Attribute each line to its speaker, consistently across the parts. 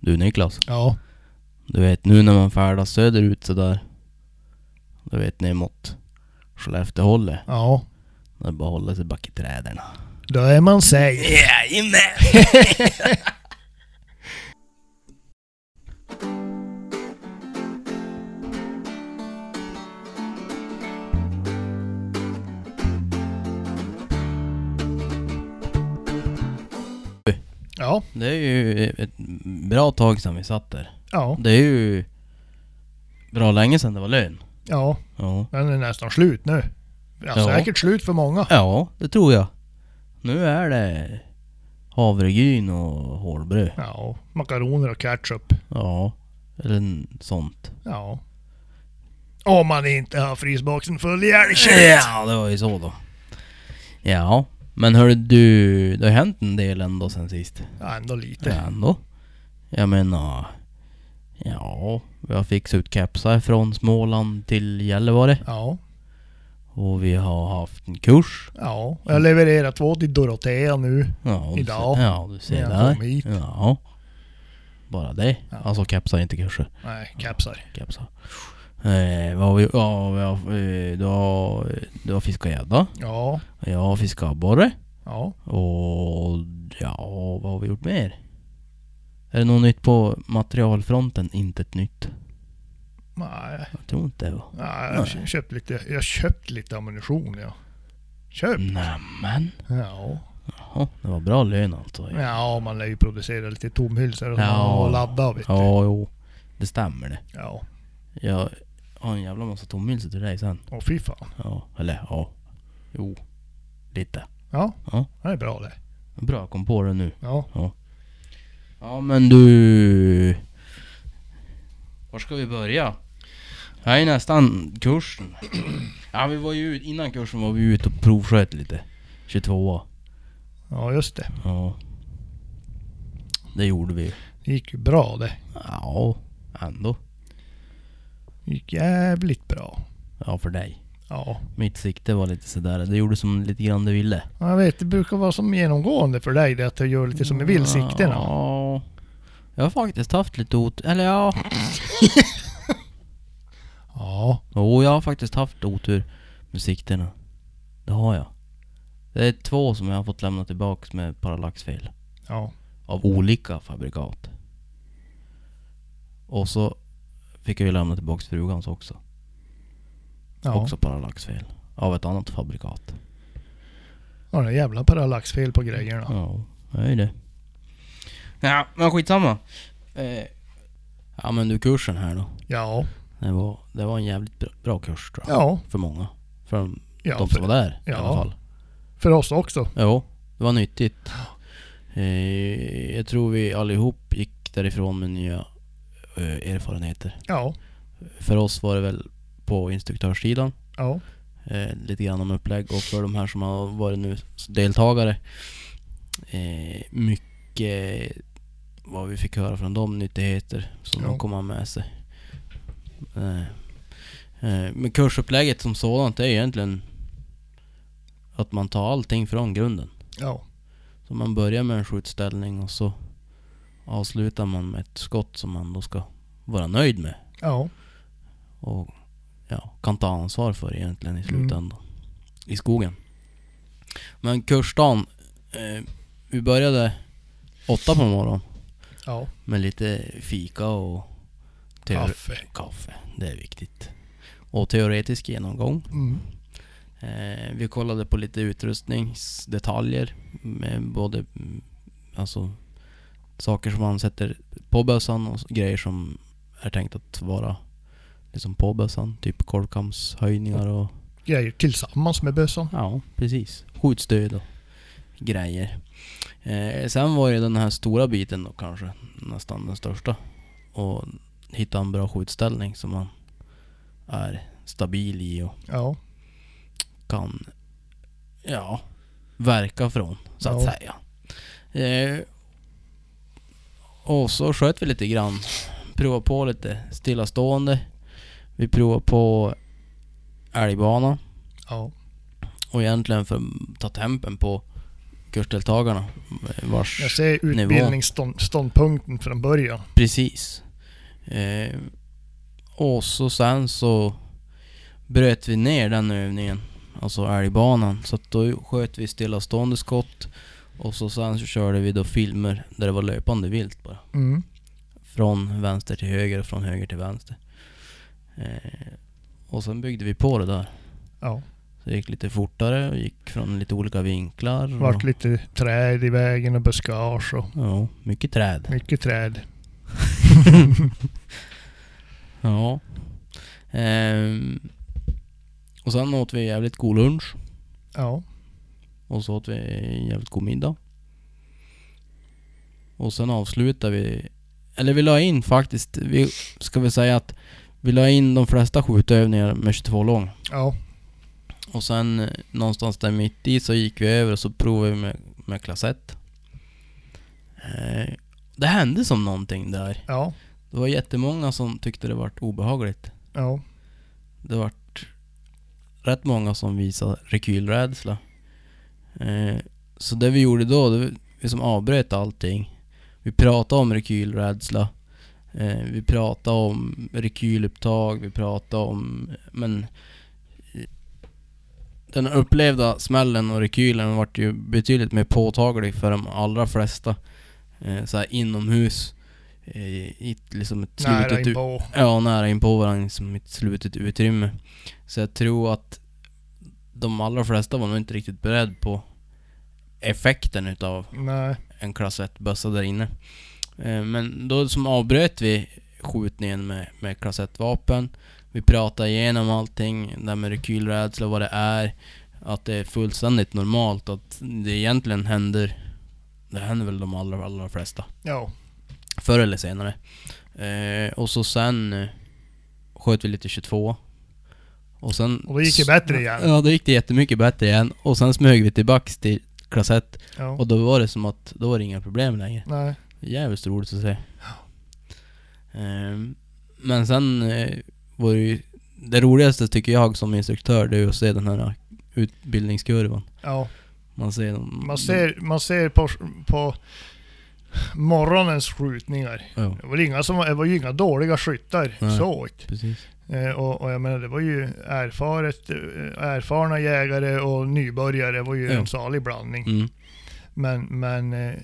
Speaker 1: Du Niklas,
Speaker 2: Ja.
Speaker 1: du vet nu när man färdas söderut sådär. Du vet ner mot Skellefteå-hållet.
Speaker 2: Ja.
Speaker 1: Där bara håller sig bak i träden.
Speaker 2: Då är man safe.
Speaker 1: Jajamän!
Speaker 2: Ja.
Speaker 1: Det är ju ett bra tag sedan vi satt där.
Speaker 2: Ja.
Speaker 1: Det är ju bra länge sedan det var lön.
Speaker 2: Ja.
Speaker 1: Ja.
Speaker 2: Den är nästan slut nu. Ja,
Speaker 1: Ja.
Speaker 2: Säkert slut för många.
Speaker 1: Ja, det tror jag. Nu är det havregryn och hårbröd.
Speaker 2: Ja. Makaroner och ketchup.
Speaker 1: Ja, eller n- sånt.
Speaker 2: Ja. Om man inte har frysboxen full i älgkött.
Speaker 1: Ja, det var ju så då. Ja, men hörru du, det har hänt en del ändå sen sist.
Speaker 2: Ja, ändå lite.
Speaker 1: Ja, ändå. Jag menar, ja, vi har fixat ut kepsar från Småland till Gällivare.
Speaker 2: Ja.
Speaker 1: Och vi har haft en kurs.
Speaker 2: Ja. Jag levererar två till Dorotea nu.
Speaker 1: Ja, du
Speaker 2: Idag,
Speaker 1: Ser, ja, du ser
Speaker 2: när jag
Speaker 1: där.
Speaker 2: kom hit.
Speaker 1: Ja. Bara det.
Speaker 2: Ja.
Speaker 1: Alltså kepsar, inte kurser.
Speaker 2: Nej, kepsar.
Speaker 1: Kepsar. Eh, vad har vi, ja, vi har, eh, du har, du har fiskat gädda.
Speaker 2: Ja.
Speaker 1: Jag har fiskat abborre.
Speaker 2: Ja.
Speaker 1: Och ja, vad har vi gjort mer? Är det något nytt på materialfronten? Inte ett nytt.
Speaker 2: Nej.
Speaker 1: Jag tror inte det var.
Speaker 2: Nej, jag kö- köpte lite, jag köpt lite ammunition ja. Köpt?
Speaker 1: Nämen.
Speaker 2: Ja.
Speaker 1: Jaha, det var bra lön alltså. Ja,
Speaker 2: Ja, man lär ju producera lite tomhylsor och,
Speaker 1: Ja.
Speaker 2: och ladda vet du.
Speaker 1: jo. Det stämmer det.
Speaker 2: Ja.
Speaker 1: Jag har en jävla massa tomhylsor till dig sen.
Speaker 2: Åh fy fan.
Speaker 1: Ja, eller ja. Jo. Lite.
Speaker 2: Ja.
Speaker 1: Ja.
Speaker 2: Det är bra det.
Speaker 1: Bra, jag kom på det nu.
Speaker 2: Ja.
Speaker 1: Ja men du... Var ska vi börja? Här är nästan kursen. Ja vi var ju ut- innan kursen var vi ute och provsköt lite. 22
Speaker 2: Ja, just det.
Speaker 1: Ja. Det gjorde vi
Speaker 2: Det gick ju bra det.
Speaker 1: Ja, ändå.
Speaker 2: Det gick jävligt bra.
Speaker 1: Ja för dig.
Speaker 2: Ja.
Speaker 1: Mitt sikte var lite sådär. Det gjorde som lite grann det ville.
Speaker 2: Ja, Jag vet, det brukar vara som genomgående för dig det att du gör lite som du vill siktena.
Speaker 1: Ja. Jag har faktiskt haft lite otur. Eller ja.
Speaker 2: Ja.
Speaker 1: Jo, jag har faktiskt haft otur med sikterna. Det har jag. Det är två som jag har fått lämna tillbaks med parallaxfel.
Speaker 2: Ja.
Speaker 1: Av olika fabrikat. Och så fick jag ju lämna tillbaks frugans också.
Speaker 2: Ja.
Speaker 1: Också parallaxfel. Av ett annat fabrikat.
Speaker 2: Ja, det är jävla parallaxfel på grejerna.
Speaker 1: Ja, det är ju det. Ja, men skitsamma. Eh, ja men du kursen här då.
Speaker 2: Ja.
Speaker 1: Det var, det var en jävligt bra, bra kurs tror jag.
Speaker 2: Ja.
Speaker 1: För många. För de,
Speaker 2: Ja.
Speaker 1: de som
Speaker 2: För,
Speaker 1: var där i
Speaker 2: ja.
Speaker 1: alla fall.
Speaker 2: för oss också.
Speaker 1: Jo, det var nyttigt. Eh, jag tror vi allihop gick därifrån med nya eh, erfarenheter.
Speaker 2: Ja.
Speaker 1: För oss var det väl på instruktörssidan,
Speaker 2: Ja.
Speaker 1: eh, lite grann om upplägg och för de här som har varit nu s- deltagare, eh, mycket vad vi fick höra från dem, nyttigheter som
Speaker 2: Ja.
Speaker 1: de kommer ha med sig. Eh, eh, men kursupplägget som sådant är egentligen att man tar allting från grunden.
Speaker 2: Ja.
Speaker 1: Så man börjar med en skjutställning och så avslutar man med ett skott som man då ska vara nöjd med
Speaker 2: Ja.
Speaker 1: och ja, kan ta ansvar för egentligen i
Speaker 2: Mm.
Speaker 1: slutändan. I skogen. Men kursdagen, eh, vi började åtta på morgonen
Speaker 2: Ja.
Speaker 1: med lite fika och teore-
Speaker 2: Kaffe.
Speaker 1: kaffe. Det är viktigt. Och teoretisk genomgång.
Speaker 2: Mm.
Speaker 1: Eh, vi kollade på lite utrustningsdetaljer med både mm, alltså, saker som man sätter på bössan och s- grejer som är tänkt att vara liksom på bössan. Typ korvkamshöjningar och
Speaker 2: Grejer tillsammans med bössan.
Speaker 1: ja, precis. Skjutstöd och grejer. Eh, sen var det den här stora biten då kanske, nästan den största. Och hitta en bra skjutställning som man är stabil i och
Speaker 2: Ja.
Speaker 1: kan ja, verka från, så att
Speaker 2: Ja.
Speaker 1: säga. Eh, och så sköt vi lite grann. Prova på lite stillastående. Vi provar på älgbana
Speaker 2: Ja.
Speaker 1: och egentligen för att ta tempen på kursdeltagarna. Vars...
Speaker 2: Jag ser utbildningsståndpunkten från början.
Speaker 1: Precis. Eh, och så sen så bröt vi ner den övningen, alltså älgbanan. Så att då sköt vi stillastående skott och så sen så körde vi då filmer där det var löpande vilt bara.
Speaker 2: Mm.
Speaker 1: Från vänster till höger och från höger till vänster. Eh, och sen byggde vi på det där.
Speaker 2: Ja.
Speaker 1: Så det gick lite fortare och gick från lite olika vinklar.
Speaker 2: Det
Speaker 1: och-
Speaker 2: vart lite träd i vägen och buskage och
Speaker 1: Ja, mycket träd.
Speaker 2: mycket träd.
Speaker 1: Ja. Ehm, och sen åt vi jävligt god lunch.
Speaker 2: Ja.
Speaker 1: Och så åt vi jävligt god middag. Och sen avslutade vi... Eller vi la in faktiskt, vi ska väl säga att vi la in de flesta skjutövningar med 22 lång.
Speaker 2: Ja.
Speaker 1: Och sen eh, någonstans där mitt i så gick vi över och så provade vi med, med klass 1. Eh, det hände som någonting där.
Speaker 2: Ja.
Speaker 1: Det var jättemånga som tyckte det vart obehagligt.
Speaker 2: Ja.
Speaker 1: Det vart rätt många som visade rekylrädsla. Eh, så det vi gjorde då, det var- vi som avbröt allting. Vi pratade om rekylrädsla. Eh, vi pratade om rekylupptag, vi pratade om... Men... eh, Den upplevda smällen och rekylen vart ju betydligt mer påtaglig för de allra flesta. Eh, så här inomhus. Eh, I ett- liksom ett
Speaker 2: Nära
Speaker 1: slutet... u-
Speaker 2: inpå.
Speaker 1: Ja, nära in på varandra som ett slutet utrymme. Så jag tror att de allra flesta var nog inte riktigt beredd på effekten utav
Speaker 2: Nej.
Speaker 1: en klass 1-bössa där inne. Eh, Men då som avbröt vi skjutningen med, med klass 1-vapen. Vi pratade igenom allting, det här med rekylrädsla, vad det är. Att det är fullständigt normalt, att det egentligen händer, det händer väl de allra, allra flesta.
Speaker 2: Ja.
Speaker 1: Förr eller senare. Eh, och så sen eh, sköt vi lite 22. Och sen...
Speaker 2: Och då gick det bättre igen.
Speaker 1: Ja, då gick det jättemycket bättre igen. Och sen smög vi tillbaks till klass 1.
Speaker 2: Ja.
Speaker 1: Och då var det som att, då var det inga problem längre.
Speaker 2: Nej.
Speaker 1: Jävligt roligt att se. Ehm, men sen eh, var det ju... Det roligaste tycker jag som instruktör, det är ju att se den här utbildningskurvan.
Speaker 2: Ja.
Speaker 1: Man ser dem...
Speaker 2: Man ser, man ser på, på morgonens skjutningar.
Speaker 1: Ja,
Speaker 2: Det var, inga som, var- det var ju inga dåliga skyttar
Speaker 1: Nej.
Speaker 2: så.
Speaker 1: precis.
Speaker 2: Eh, och, och jag menar, det var ju erfaret, eh, erfarna jägare och nybörjare. Det var ju
Speaker 1: Ja.
Speaker 2: en salig blandning.
Speaker 1: Mm.
Speaker 2: Men, men eh,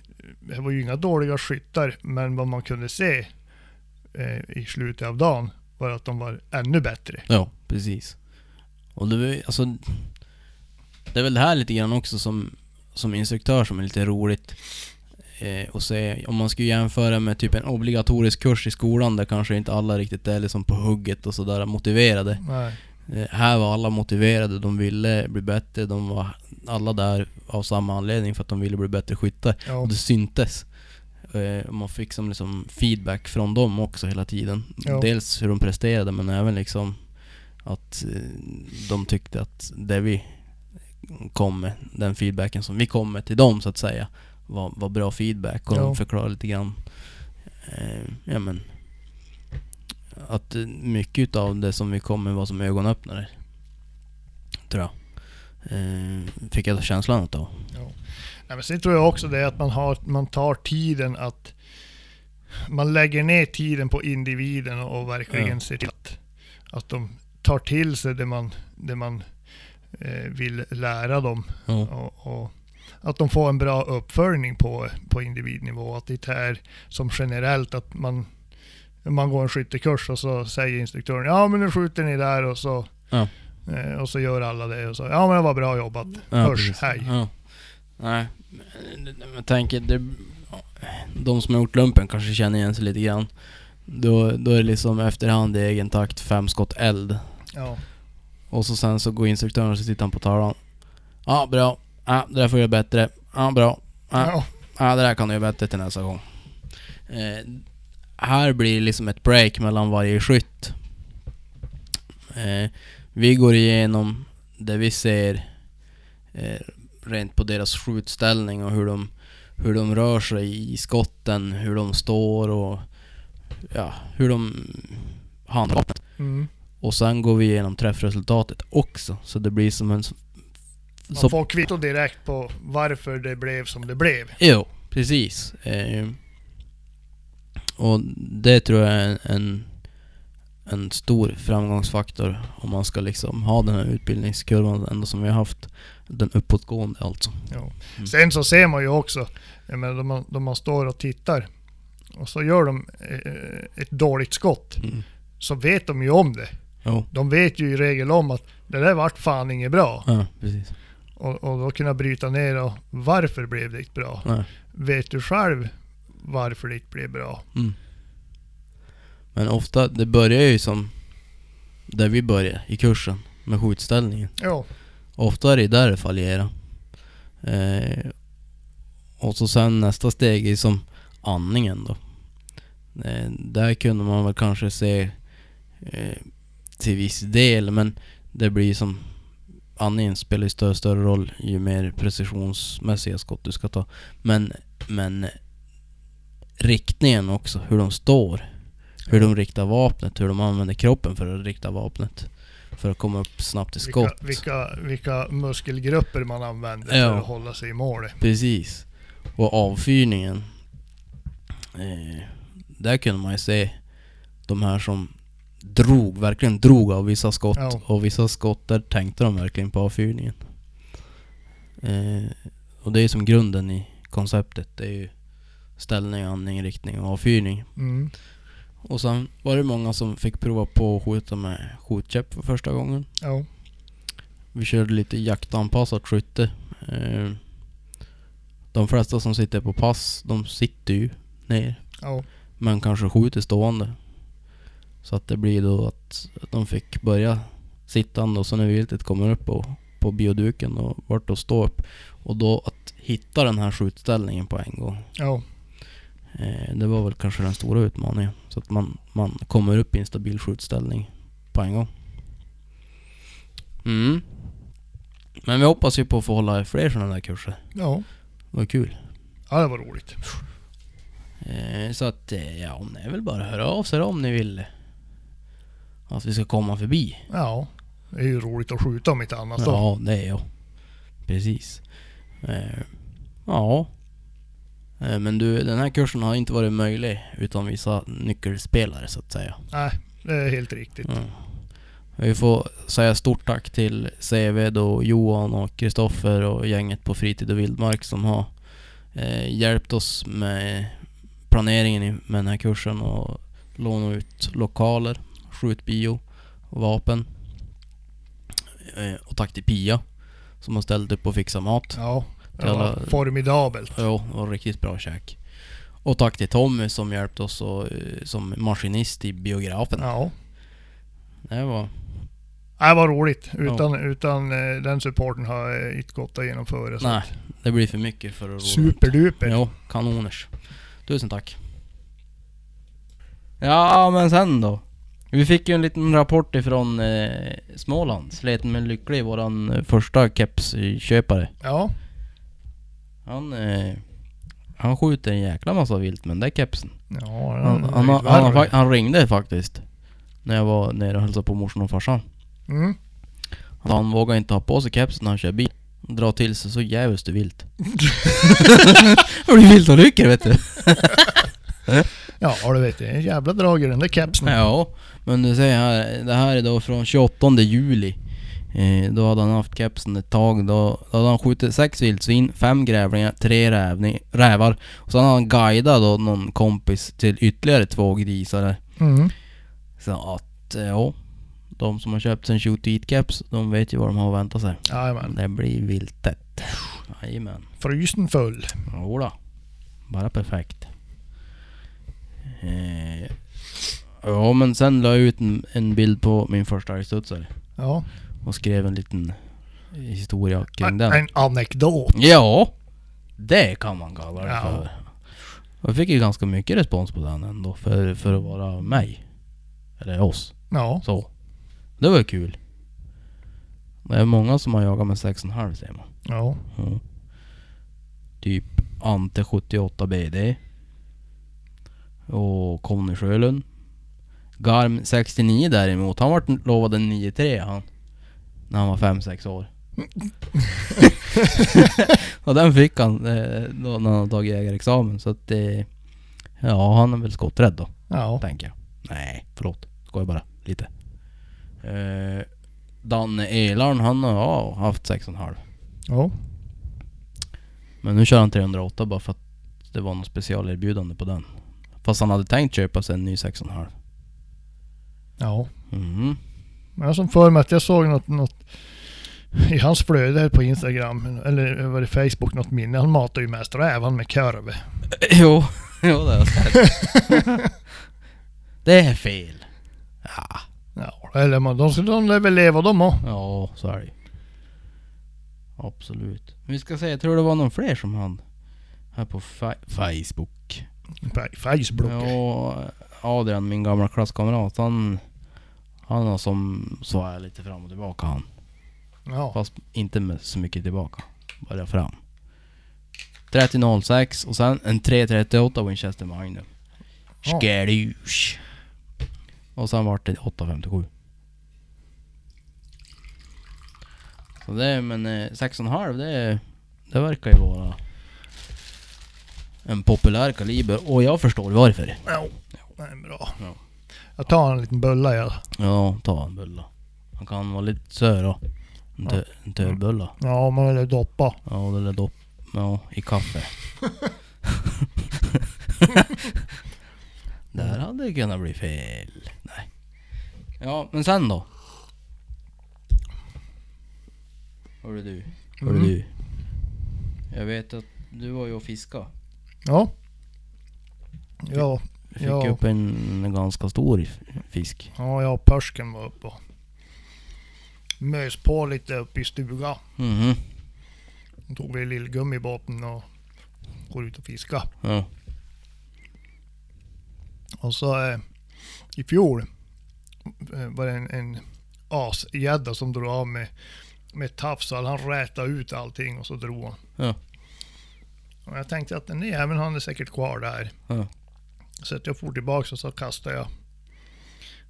Speaker 2: det var ju inga dåliga skyttar. Men vad man kunde se eh, i slutet av dagen var att de var ännu bättre.
Speaker 1: Ja, precis. Och det, är- alltså, det är väl det här lite grann också som, som instruktör som är lite roligt. Eh, och se, om man skulle jämföra med typ en obligatorisk kurs i skolan där kanske inte alla riktigt är liksom på hugget och sådär motiverade.
Speaker 2: Nej.
Speaker 1: Eh, här var alla motiverade, de ville bli bättre, de var alla där av samma anledning för att de ville bli bättre skyttar.
Speaker 2: Ja,
Speaker 1: Och det syntes. Eh, och man fick som liksom feedback från dem också hela tiden.
Speaker 2: Ja.
Speaker 1: Dels hur de presterade men även liksom att eh, de tyckte att det vi kom med, den feedbacken som vi kom med till dem så att säga, var, var bra feedback. Och
Speaker 2: Ja.
Speaker 1: de förklarade lite grann, eh, ja men, att eh, mycket av det som vi kom med var som ögonöppnare. Tror jag. Eh, fick jag känslan utav.
Speaker 2: Nej, men sen tror jag också det att man, har, man tar tiden att... Man lägger ner tiden på individen och, och verkligen
Speaker 1: Ja.
Speaker 2: ser till att, att de tar till sig det man, det man eh, vill lära dem.
Speaker 1: Ja.
Speaker 2: Och, och att de får en bra uppföljning på, på individnivå. Att det inte är som generellt att man, man går en skyttekurs och så säger instruktören ja men nu skjuter ni där och så,
Speaker 1: Ja.
Speaker 2: eh, och så gör alla det och så ja men det var bra jobbat.
Speaker 1: Ja,
Speaker 2: Hörs,
Speaker 1: precis.
Speaker 2: hej.
Speaker 1: Ja. Nej, men- men jag tänker, det, de som har gjort lumpen kanske känner igen sig lite grann. Då, då är det liksom efterhand i egen takt, fem skott eld.
Speaker 2: Ja,
Speaker 1: Och så sen så går instruktören och så sitter han på tavlan. Ja, bra. Ja, det där får jag göra bättre. Ja, bra. Ja,
Speaker 2: ja.
Speaker 1: ja, det där kan du göra bättre till nästa gång. Eh, här blir det liksom ett break mellan varje skytt. Eh, vi går igenom det vi ser eh, rent på deras skjutställning och hur de, hur de rör sig i skotten, hur de står och ja, hur de handlar.
Speaker 2: Mm.
Speaker 1: Och sen går vi igenom träffresultatet också, så det blir som en s-
Speaker 2: Man
Speaker 1: Så-
Speaker 2: får kvitto direkt på varför det blev som det blev.
Speaker 1: Jo, precis. Eh, och det tror jag är en, en stor framgångsfaktor om man ska liksom ha den här utbildningskurvan ändå som vi har haft. Den uppåtgående alltså.
Speaker 2: Ja.
Speaker 1: Mm.
Speaker 2: Sen så ser man ju också, jag menar, då, man, då man står och tittar och så gör de eh, ett dåligt skott,
Speaker 1: Mm.
Speaker 2: så vet de ju om det.
Speaker 1: Jo,
Speaker 2: De vet ju i regel om att det där vart fan inget bra.
Speaker 1: ja, precis.
Speaker 2: Och, och då kunna bryta ner och varför blev det inte bra?
Speaker 1: Ja.
Speaker 2: Vet du själv varför det inte blev bra?
Speaker 1: Mm. Men ofta, det börjar ju som där vi börjar i kursen med skjutställningen.
Speaker 2: Ja,
Speaker 1: Ofta är det där det fallerar. Eh, och så sen nästa steg är som andningen då. Eh, där kunde man väl kanske se eh, till viss del men det blir som andningen spelar ju större, större roll ju mer precisionsmässiga skott du ska ta. Men, men riktningen också, hur de står. Hur de riktar vapnet, hur de använder kroppen för att rikta vapnet. För att komma upp snabbt i skott.
Speaker 2: vilka, vilka, vilka muskelgrupper man använder
Speaker 1: Ja.
Speaker 2: för att hålla sig i målet.
Speaker 1: Precis. Och avfyrningen. Eh, där kunde man ju se de här som drog, verkligen drog av vissa skott.
Speaker 2: Ja.
Speaker 1: Och vissa skott där tänkte de verkligen på avfyrningen. Eh, och det är som grunden i konceptet. Det är ju ställning, andning, riktning och avfyrning.
Speaker 2: Mm.
Speaker 1: Och sen var det många som fick prova på att skjuta med skjutkäpp för första gången.
Speaker 2: Ja.
Speaker 1: Vi körde lite jaktanpassat skytte. Eh, De flesta som sitter på pass, de sitter ju ner.
Speaker 2: Ja.
Speaker 1: Men kanske skjuter stående. Så att det blir då att att de fick börja sittande och så när viltet kommer upp och, på bioduken och vart de står upp. Och då att hitta den här skjutställningen på en gång.
Speaker 2: ja.
Speaker 1: Eh, Det var väl kanske den stora utmaningen. Så att man, man kommer upp i en stabil skjutställning på en gång. Mm. Men vi hoppas ju på att få hålla fler sådana där kurser.
Speaker 2: Ja.
Speaker 1: Det var kul.
Speaker 2: Ja, det var roligt.
Speaker 1: Eh, Så att, eh, ja, om det är väl bara att höra av sig då om ni vill att vi ska komma förbi.
Speaker 2: Ja. Det är ju roligt att skjuta om inte annat. då.
Speaker 1: Ja, det är jag. Precis. Eh, Ja. Eh, Men du, den här kursen har inte varit möjlig utan vissa nyckelspelare så att säga.
Speaker 2: Nej, det är helt riktigt.
Speaker 1: Ja. Mm. Vi får säga stort tack till CV och Johan och Kristoffer och gänget på Fritid och Vildmark som har eh, hjälpt oss med planeringen i- med den här kursen och låna ut lokaler, skjutbio och vapen. Eh, och tack till Pia som har ställt upp och fixat mat.
Speaker 2: Ja. Det var
Speaker 1: Jävla-
Speaker 2: formidabelt.
Speaker 1: Jo, det var riktigt bra käk. Och tack till Tommy som hjälpte oss och, eh, som maskinist i biografen.
Speaker 2: Ja.
Speaker 1: Det var...
Speaker 2: Nej, Det var roligt. Utan, utan eh, den supporten har jag inte gått att genomföra. så
Speaker 1: Nej,
Speaker 2: att-
Speaker 1: det blir för mycket för att råda
Speaker 2: Superduper.
Speaker 1: Jo, kanoners. Tusen tack. Ja, men sen då? Vi fick ju en liten rapport ifrån eh, Småland, Sleten men lycklig, våran eh, första kepsköpare.
Speaker 2: Ja.
Speaker 1: Han, eh, han skjuter en jäkla massa vilt men det är kepsen.
Speaker 2: Ja,
Speaker 1: Han,
Speaker 2: det är
Speaker 1: han, har-
Speaker 2: ju
Speaker 1: han, har
Speaker 2: värre.
Speaker 1: fak- han ringde faktiskt. När jag var nere och hälsade på morsan och farsan.
Speaker 2: Mm.
Speaker 1: Han vågar inte ha på sig kepsen när han kör bil. Dra till sig så jävligt vilt. Det blir viltolyckor vet du.
Speaker 2: Ja, du vet, det är en jävla drag i den där kepsen.
Speaker 1: Ja, men du säger här, det här är då från 28 juli. Eh, då hade han haft kepsen ett tag. Då, då hade han skjutit sex vildsvin, fem grävlingar, tre rävning, rävar. Och sen hade han guidat då någon kompis till ytterligare två grisar.
Speaker 2: Mm.
Speaker 1: Så att, eh, ja. De som har köpt sin shoot eat keps, de vet ju vad de har att vänta sig.
Speaker 2: Jajamän.
Speaker 1: Det blir viltet. Jajamän.
Speaker 2: Frysen full.
Speaker 1: Jodå. Bara perfekt. Eh, ja men sen la jag ut en, en bild på min första älgstudsare
Speaker 2: Ja.
Speaker 1: och skrev en liten historia kring
Speaker 2: En,
Speaker 1: den.
Speaker 2: Ah, en anekdot.
Speaker 1: Ja! Det kan man kalla det
Speaker 2: Ja.
Speaker 1: för. Jag fick ju ganska mycket respons på den ändå för, för att vara mig. Eller oss.
Speaker 2: Ja.
Speaker 1: Så. Det var ju kul. Det är många som har jagat med 6,5 ser man.
Speaker 2: Ja.
Speaker 1: Ja. Typ Ante 78 BD. Och Conny Sjölund. Garm 69 däremot, han vart lovad en 9-3 han. När han var 5-6 år. och den fick han eh, då när han tagit jägarexamen. Så att eh, ja, han är väl skotträdd då,
Speaker 2: Ja.
Speaker 1: tänker jag. Nej, förlåt. Skojar bara. Lite. Eh, Danne Elarn, han har ja, haft 6,5.
Speaker 2: ja.
Speaker 1: Men nu kör han 308 bara för att det var något specialerbjudande på den. Fast han hade tänkt köpa sig en ny 6,5.
Speaker 2: Ja.
Speaker 1: Mm.
Speaker 2: Men jag som för mig att jag såg något, något i hans flöde på Instagram, eller var det Facebook, något minne. Han matar ju mest rävan med korv.
Speaker 1: Jo, jo det har jag sett. Det är fel. Ja,
Speaker 2: Ja, eller man, de skulle de lär väl leva de också.
Speaker 1: ja så är det ju. Absolut. Men vi ska se, jag tror det var någon fler som han här på fa- Facebook.
Speaker 2: Fe- Facebook.
Speaker 1: Ja, Adrian, min gamla klasskamrat, han, han har som svarar lite fram och tillbaka han.
Speaker 2: Ja.
Speaker 1: Fast inte med så mycket tillbaka. Bara fram. 30.06 och sen en 3.38 Winchester Magnum.
Speaker 2: Ja.
Speaker 1: Skärus. Och sen vart det 8.57. Så det, men eh, 6,5 det, det verkar ju vara en populär kaliber och jag förstår varför.
Speaker 2: ja. Nej, bra.
Speaker 1: Ja.
Speaker 2: Jag tar en liten bulla jag.
Speaker 1: Ja, ta en bulla. Han kan vara lite sör då. En, tö, en törbulla.
Speaker 2: Ja, man vill doppa.
Speaker 1: Ja, det lär dopp... Ja, i kaffe. Där hade det kunnat bli fel. Nej. Ja, men sen då? Hörru du. Hörru
Speaker 2: Mm.
Speaker 1: du. Jag vet att du var ju och fiska.
Speaker 2: Ja. Ja,
Speaker 1: Du fick
Speaker 2: Ja.
Speaker 1: upp en ganska stor f- fisk.
Speaker 2: ja, jag och Pörsken var uppe och mös på lite uppe i stugan.
Speaker 1: Mhm.
Speaker 2: Då tog vi lillgummi i båten och går ut och fiska.
Speaker 1: Ja.
Speaker 2: Och så eh, i fjol eh, var det en, en asgädda som drog av med, med tafsar. Han rätade ut allting och så drog han.
Speaker 1: Ja.
Speaker 2: Och jag tänkte att den där jäveln han är säkert kvar där.
Speaker 1: Ja.
Speaker 2: Så att jag for tillbaka och så kastade jag.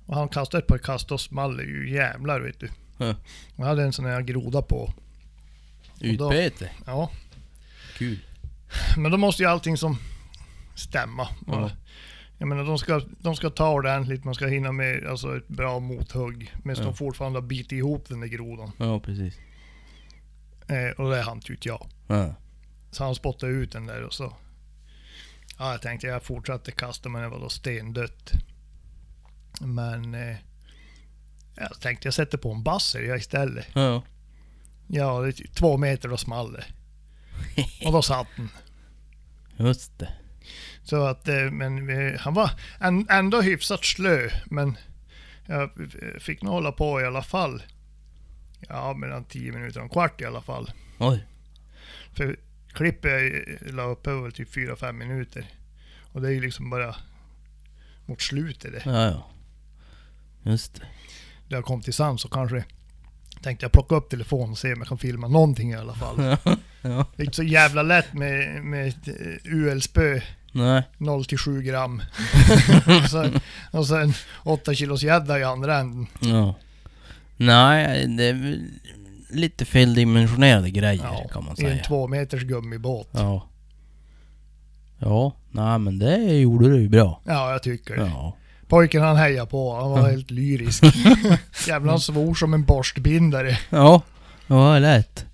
Speaker 2: Och han kastade ett par kast och small det ju jävlar vet du.
Speaker 1: Ja.
Speaker 2: Och jag hade en sån här groda på. då-
Speaker 1: Utbete.
Speaker 2: Ja.
Speaker 1: Kul.
Speaker 2: Men då måste ju allting som stämma.
Speaker 1: Ja.
Speaker 2: Jag menar de ska, de ska ta ordentligt, man ska hinna med alltså, ett bra mothugg. Men
Speaker 1: Ja.
Speaker 2: de fortfarande har bitit ihop den där grodan.
Speaker 1: Ja, precis.
Speaker 2: Eh, och det hann ju inte jag.
Speaker 1: Ja.
Speaker 2: Så han spottade ut den där och så. Ja, jag tänkte jag fortsatte kasta men det var då stendött. Men eh, jag tänkte jag sätter på en basser jag istället.
Speaker 1: Ja.
Speaker 2: Ja, det är typ två meter och small det. Och då satt den.
Speaker 1: Just det.
Speaker 2: Så att, eh, men vi, han var en, ändå hyfsat slö, men jag eh, fick nog hålla på i alla fall. Ja, mellan 10 minuter och en kvart i alla fall.
Speaker 1: Oj.
Speaker 2: För klippet jag eh, la upp var väl typ 4-5 minuter. Och det är ju liksom bara mot slutet det.
Speaker 1: Ja, ja. Just det.
Speaker 2: När jag kom till sand så kanske tänkte jag plocka upp telefonen och se om jag kan filma någonting i alla fall.
Speaker 1: Ja.
Speaker 2: Det är inte så jävla lätt med, med ett eh, UL-spö.
Speaker 1: Nej.
Speaker 2: 0 till 7 gram. och, sen, och sen 8 kilos gädda i andra änden.
Speaker 1: Ja. Nej, det är väl lite feldimensionerade grejer kan man
Speaker 2: I en
Speaker 1: säga.
Speaker 2: två meters gummibåt. Ja,
Speaker 1: Ja. Ja, nej men det gjorde du ju bra.
Speaker 2: jag tycker det.
Speaker 1: Ja.
Speaker 2: Pojken han hejade på, han var helt lyrisk. Jävlar
Speaker 1: Mm.
Speaker 2: han svor som en borstbindare.
Speaker 1: Ja, det var lätt.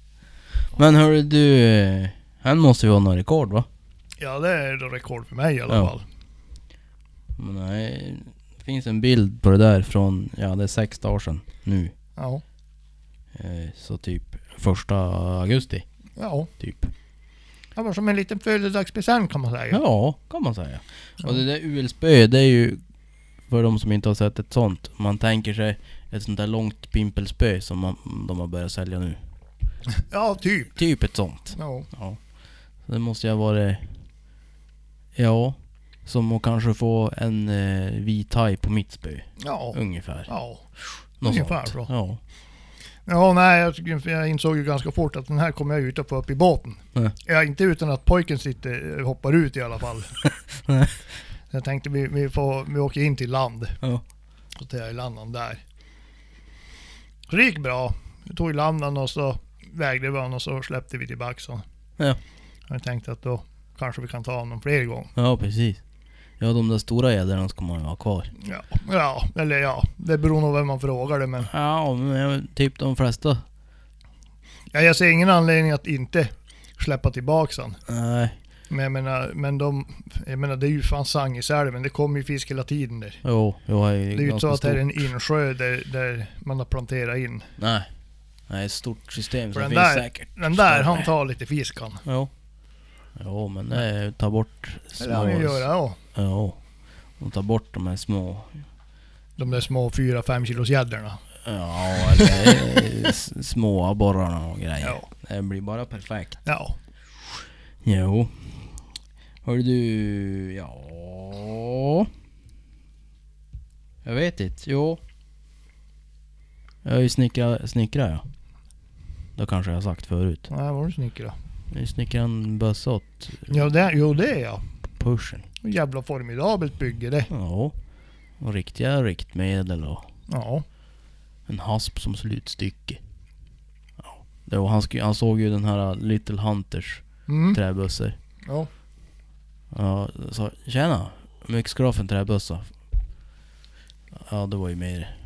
Speaker 1: Men hörru du, eh, här måste vi ha några rekord va?
Speaker 2: Ja det är då rekord för mig i alla
Speaker 1: Ja.
Speaker 2: fall.
Speaker 1: Men nej, det finns en bild på det där från, ja det är sex dagar sedan nu.
Speaker 2: Ja.
Speaker 1: Eh, Så typ första augusti,
Speaker 2: Ja.
Speaker 1: typ.
Speaker 2: Det var som en liten födelsedagspresent kan man säga.
Speaker 1: Ja, kan man säga. Och det där ulspö, det är ju för de som inte har sett ett sånt. Man tänker sig ett sånt där långt pimpelspö som man, de har börjat sälja nu.
Speaker 2: Ja, typ.
Speaker 1: Typ ett sånt.
Speaker 2: Ja.
Speaker 1: Ja. Så det måste ju ha varit... Ja. Som att kanske få en eh, vit haj på mitt spö.
Speaker 2: Ja.
Speaker 1: Ungefär.
Speaker 2: Ja.
Speaker 1: Något
Speaker 2: ungefär
Speaker 1: sånt.
Speaker 2: så.
Speaker 1: Ja.
Speaker 2: Ja, nej, jag, tycker- för jag insåg ju ganska fort att den här kommer jag ju inte få upp i båten.
Speaker 1: Nej.
Speaker 2: Ja, inte utan att pojken sitter, eh, hoppar ut i alla fall.
Speaker 1: Nej.
Speaker 2: jag tänkte vi, vi, får, vi åker in till land,
Speaker 1: Ja.
Speaker 2: så tar jag i landan där. Så det gick bra. Jag tog i landan och så vägde vi honom och så släppte vi tillbaka honom.
Speaker 1: Ja.
Speaker 2: Jag tänkte att då kanske vi kan ta honom fler gånger.
Speaker 1: Ja, precis. Ja, de där stora jädrarna ska man ju ha kvar.
Speaker 2: Ja, ja, eller ja, det beror nog vem man frågar det men.
Speaker 1: Ja, men jag- typ de flesta.
Speaker 2: Ja, jag ser ingen anledning att inte släppa tillbaka honom.
Speaker 1: Nej,
Speaker 2: Men jag menar, men de, jag menar det är ju fan Sangisälven, det kommer ju fisk hela tiden där.
Speaker 1: jo, jo, det är
Speaker 2: Det
Speaker 1: ju
Speaker 2: är ju inte så
Speaker 1: ganska
Speaker 2: att det
Speaker 1: stort.
Speaker 2: är en insjö där, där man har planterat in.
Speaker 1: Nej. Nej, ett stort system
Speaker 2: För
Speaker 1: som
Speaker 2: den
Speaker 1: finns
Speaker 2: där-
Speaker 1: säkert.
Speaker 2: Den där, han tar lite fisk han.
Speaker 1: Jo. Jo, men det är ju ta bort
Speaker 2: Eller han ju göra, ja.
Speaker 1: Jo. Och ta bort de här små...
Speaker 2: De där små 4-5 kilos gäddorna.
Speaker 1: Ja, eller eh, s- små borrarna och grejer.
Speaker 2: Ja.
Speaker 1: Det blir bara perfekt.
Speaker 2: Ja.
Speaker 1: Jo. Hör du... Ja... Jag vet inte. Jo. Jag är ju snickra, snickra ja. Det kanske jag har sagt förut.
Speaker 2: Nej, var du snickra?
Speaker 1: Jag är ju snickran bössa åt
Speaker 2: Ja, det, jo det är jag.
Speaker 1: pushen.
Speaker 2: Jävla formidabelt bygge det.
Speaker 1: Ja. Och riktiga riktmedel och
Speaker 2: Ja.
Speaker 1: en hasp som slutstycke. Ja. Det var, han, sk- han såg ju den här Little Hunters
Speaker 2: Mm.
Speaker 1: träbössor.
Speaker 2: Ja.
Speaker 1: Ja, sa tjena, mycket ska du ha för en träbössa? Ja, det var ju mer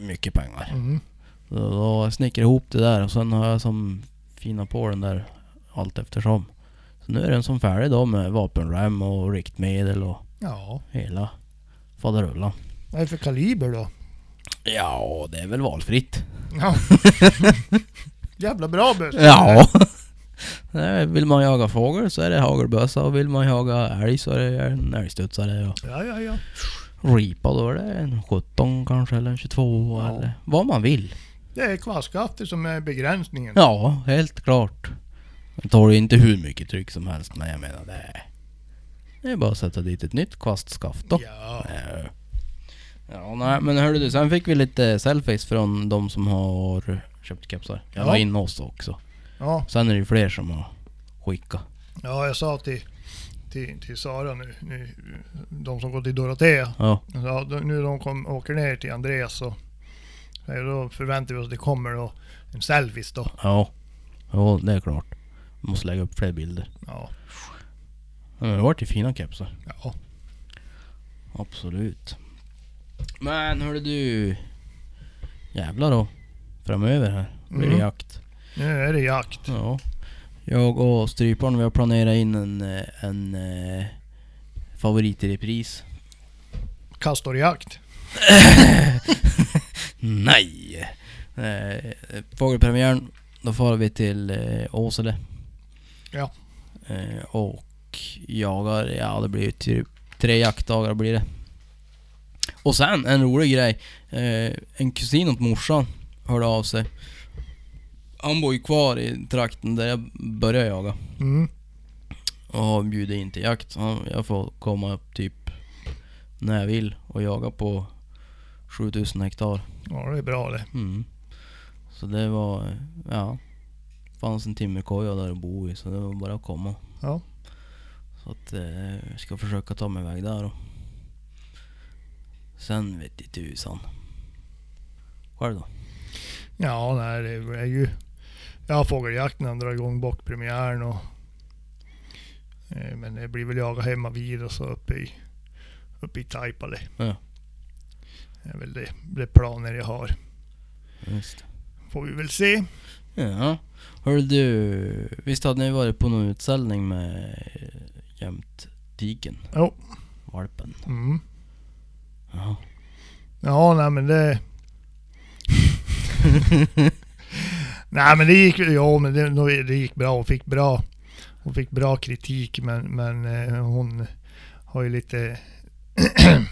Speaker 1: mycket pengar.
Speaker 2: Mm.
Speaker 1: Så då jag snickrade ihop det där och sen har jag som fina på den där allt eftersom. Så nu är den som färdig då med vapenrem och riktmedel och
Speaker 2: Ja.
Speaker 1: hela faderullan.
Speaker 2: Vad är det för kaliber då?
Speaker 1: Ja, det är väl valfritt.
Speaker 2: Ja. Jävla bra buss.
Speaker 1: Ja. Nej, vill man jaga fågel så är det hagelbössa och vill man jaga älg så är det en älgstudsare.
Speaker 2: Ja, ja, ja.
Speaker 1: Och ripa då är det en 17 kanske eller en 22
Speaker 2: Ja.
Speaker 1: eller vad man vill.
Speaker 2: Det är kvastkrafter som är begränsningen.
Speaker 1: Ja, helt klart. Det tar ju inte hur mycket tryck som helst men jag menar det är... Det är bara att sätta dit ett nytt kvastskaft då.
Speaker 2: Ja.
Speaker 1: Eh, Ja, nej, men hörde du, sen fick vi lite selfies från de som har köpt kepsar. Jag var
Speaker 2: Ja.
Speaker 1: inne hos också.
Speaker 2: Ja.
Speaker 1: Sen är det ju fler som har skickat.
Speaker 2: ja, jag sa till, till, till Sara nu, nu, de som går till Dorotea.
Speaker 1: Ja,
Speaker 2: Jag sa, "De- nu de kom, åker ner till Andreas så, så här, då förväntar vi oss att det kommer då en selfies då.
Speaker 1: ja. Ja, det är klart. Måste lägga upp fler bilder.
Speaker 2: Ja.
Speaker 1: Men det vart ju fina kepsar.
Speaker 2: Ja.
Speaker 1: Absolut. Men hörde du. Jävlar då. Framöver här. Blir det
Speaker 2: Mm.
Speaker 1: jakt.
Speaker 2: Nu är det jakt.
Speaker 1: Ja. Jag och stryparen vi har planerat in en, eh, en eh, favorit i repris.
Speaker 2: Kastorjakt.
Speaker 1: Nej! Eh, fågelpremiären. Då far vi till eh, Åsele.
Speaker 2: Ja.
Speaker 1: Eh, och jagar, ja det blir ju typ tre jaktdagar blir det. Och sen en rolig grej. Eh, en kusin åt morsan hörde av sig. Han bor ju kvar i trakten där jag började jaga.
Speaker 2: Mm.
Speaker 1: Och har bjudit in till jakt. Så han- Jag får komma upp typ när jag vill och jaga på 7000 hektar.
Speaker 2: Ja, det är bra det.
Speaker 1: Mm. Så det var, eh, ja. Fanns en timmerkoja där jag bor i så det var bara att komma.
Speaker 2: Ja.
Speaker 1: Så att eh, jag ska försöka ta mig iväg där då. Sen vet jag tusan. Själv då?
Speaker 2: Ja, nej, det är ju... Ja, fågeljakten han drar igång bockpremiären och... eh, Men det blir väl jaga hemma vid och så uppe i... Uppe i Taipale.
Speaker 1: Ja.
Speaker 2: Det är väl det, det planer jag har.
Speaker 1: Just
Speaker 2: Får vi väl se.
Speaker 1: Ja. Hörru du, visst hade ni varit på någon utställning med eh, Jämttiken?
Speaker 2: Jo.
Speaker 1: Valpen?
Speaker 2: Mm.
Speaker 1: Ja.
Speaker 2: Ja, nej men det... nej men det gick ja, men det, nog- det gick bra. Hon fick bra, hon fick bra kritik men, men eh, hon har ju lite...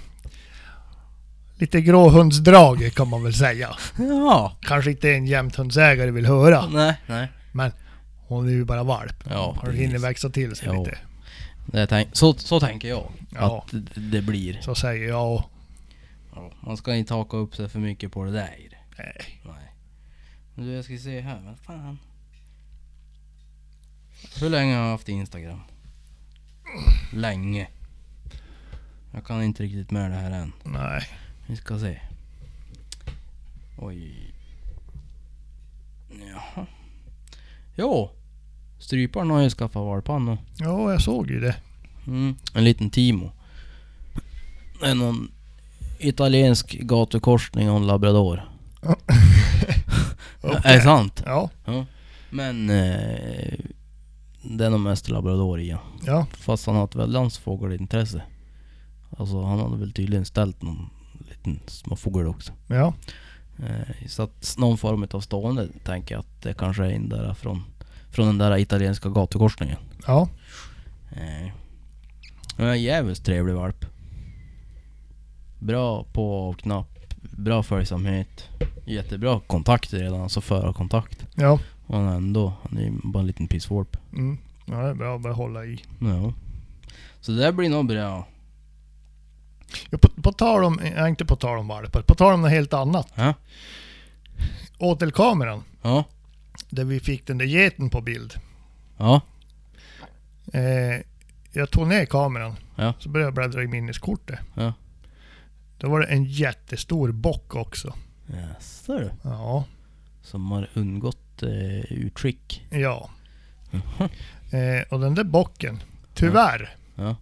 Speaker 2: lite gråhundsdrag kan man väl säga.
Speaker 1: Ja.
Speaker 2: Kanske inte en jämthundsägare vill höra.
Speaker 1: Nej, nej.
Speaker 2: Hon är ju bara valp.
Speaker 1: Ja,
Speaker 2: Hon
Speaker 1: precis.
Speaker 2: hinner växa till sig
Speaker 1: Jo.
Speaker 2: lite.
Speaker 1: Det tänk, så, så tänker jag.
Speaker 2: Ja,
Speaker 1: Att d- det blir.
Speaker 2: så säger jag.
Speaker 1: Ja. Man ska inte haka upp sig för mycket på det där.
Speaker 2: Nej.
Speaker 1: Nej. Men du, jag ska se här. Vad fan. Hur länge har jag haft Instagram? Länge. Jag kan inte riktigt med det här än.
Speaker 2: Nej.
Speaker 1: Vi ska se. Oj. Jaha. Jo! Stryparen har ju skaffat valpan och
Speaker 2: Ja, jag såg ju det.
Speaker 1: Mm. En liten Timo. Det är någon italiensk gatukorsning och en labrador.
Speaker 2: Okej.
Speaker 1: Är det sant?
Speaker 2: Ja,
Speaker 1: Men eh, det är nog mest labrador i ja.
Speaker 2: ja,
Speaker 1: Fast han har ett väldans fågelintresse. Alltså han hade väl tydligen ställt någon liten småfågel också.
Speaker 2: ja.
Speaker 1: Eh, så att någon form av stående tänker jag att det kanske är in där från, från den där italienska gatukorsningen.
Speaker 2: ja.
Speaker 1: Eh, han är en jävligt trevlig valp. Bra på och knapp, bra följsamhet, jättebra kontakt redan, alltså förarkontakt.
Speaker 2: ja.
Speaker 1: Och han är ändå, han är ju bara en liten pissvalp.
Speaker 2: Mm. Ja, det är bra att börja hålla i.
Speaker 1: Ja. Så det där blir nog bra.
Speaker 2: Ja, på, på tal om, ja, inte på tal om valpar, på tal om något helt annat.
Speaker 1: Ja.
Speaker 2: Åtelkameran,
Speaker 1: Ja.
Speaker 2: där vi fick den där geten på bild.
Speaker 1: Ja.
Speaker 2: Eh, jag tog ner kameran,
Speaker 1: Ja.
Speaker 2: så började jag bläddra i minneskortet.
Speaker 1: Ja.
Speaker 2: Då var det en jättestor bock också.
Speaker 1: Jaså du.
Speaker 2: Ja,
Speaker 1: Som har undgått eh, utskick.
Speaker 2: ja.
Speaker 1: Mhm.
Speaker 2: Eh, och den där bocken, tyvärr,
Speaker 1: Ja.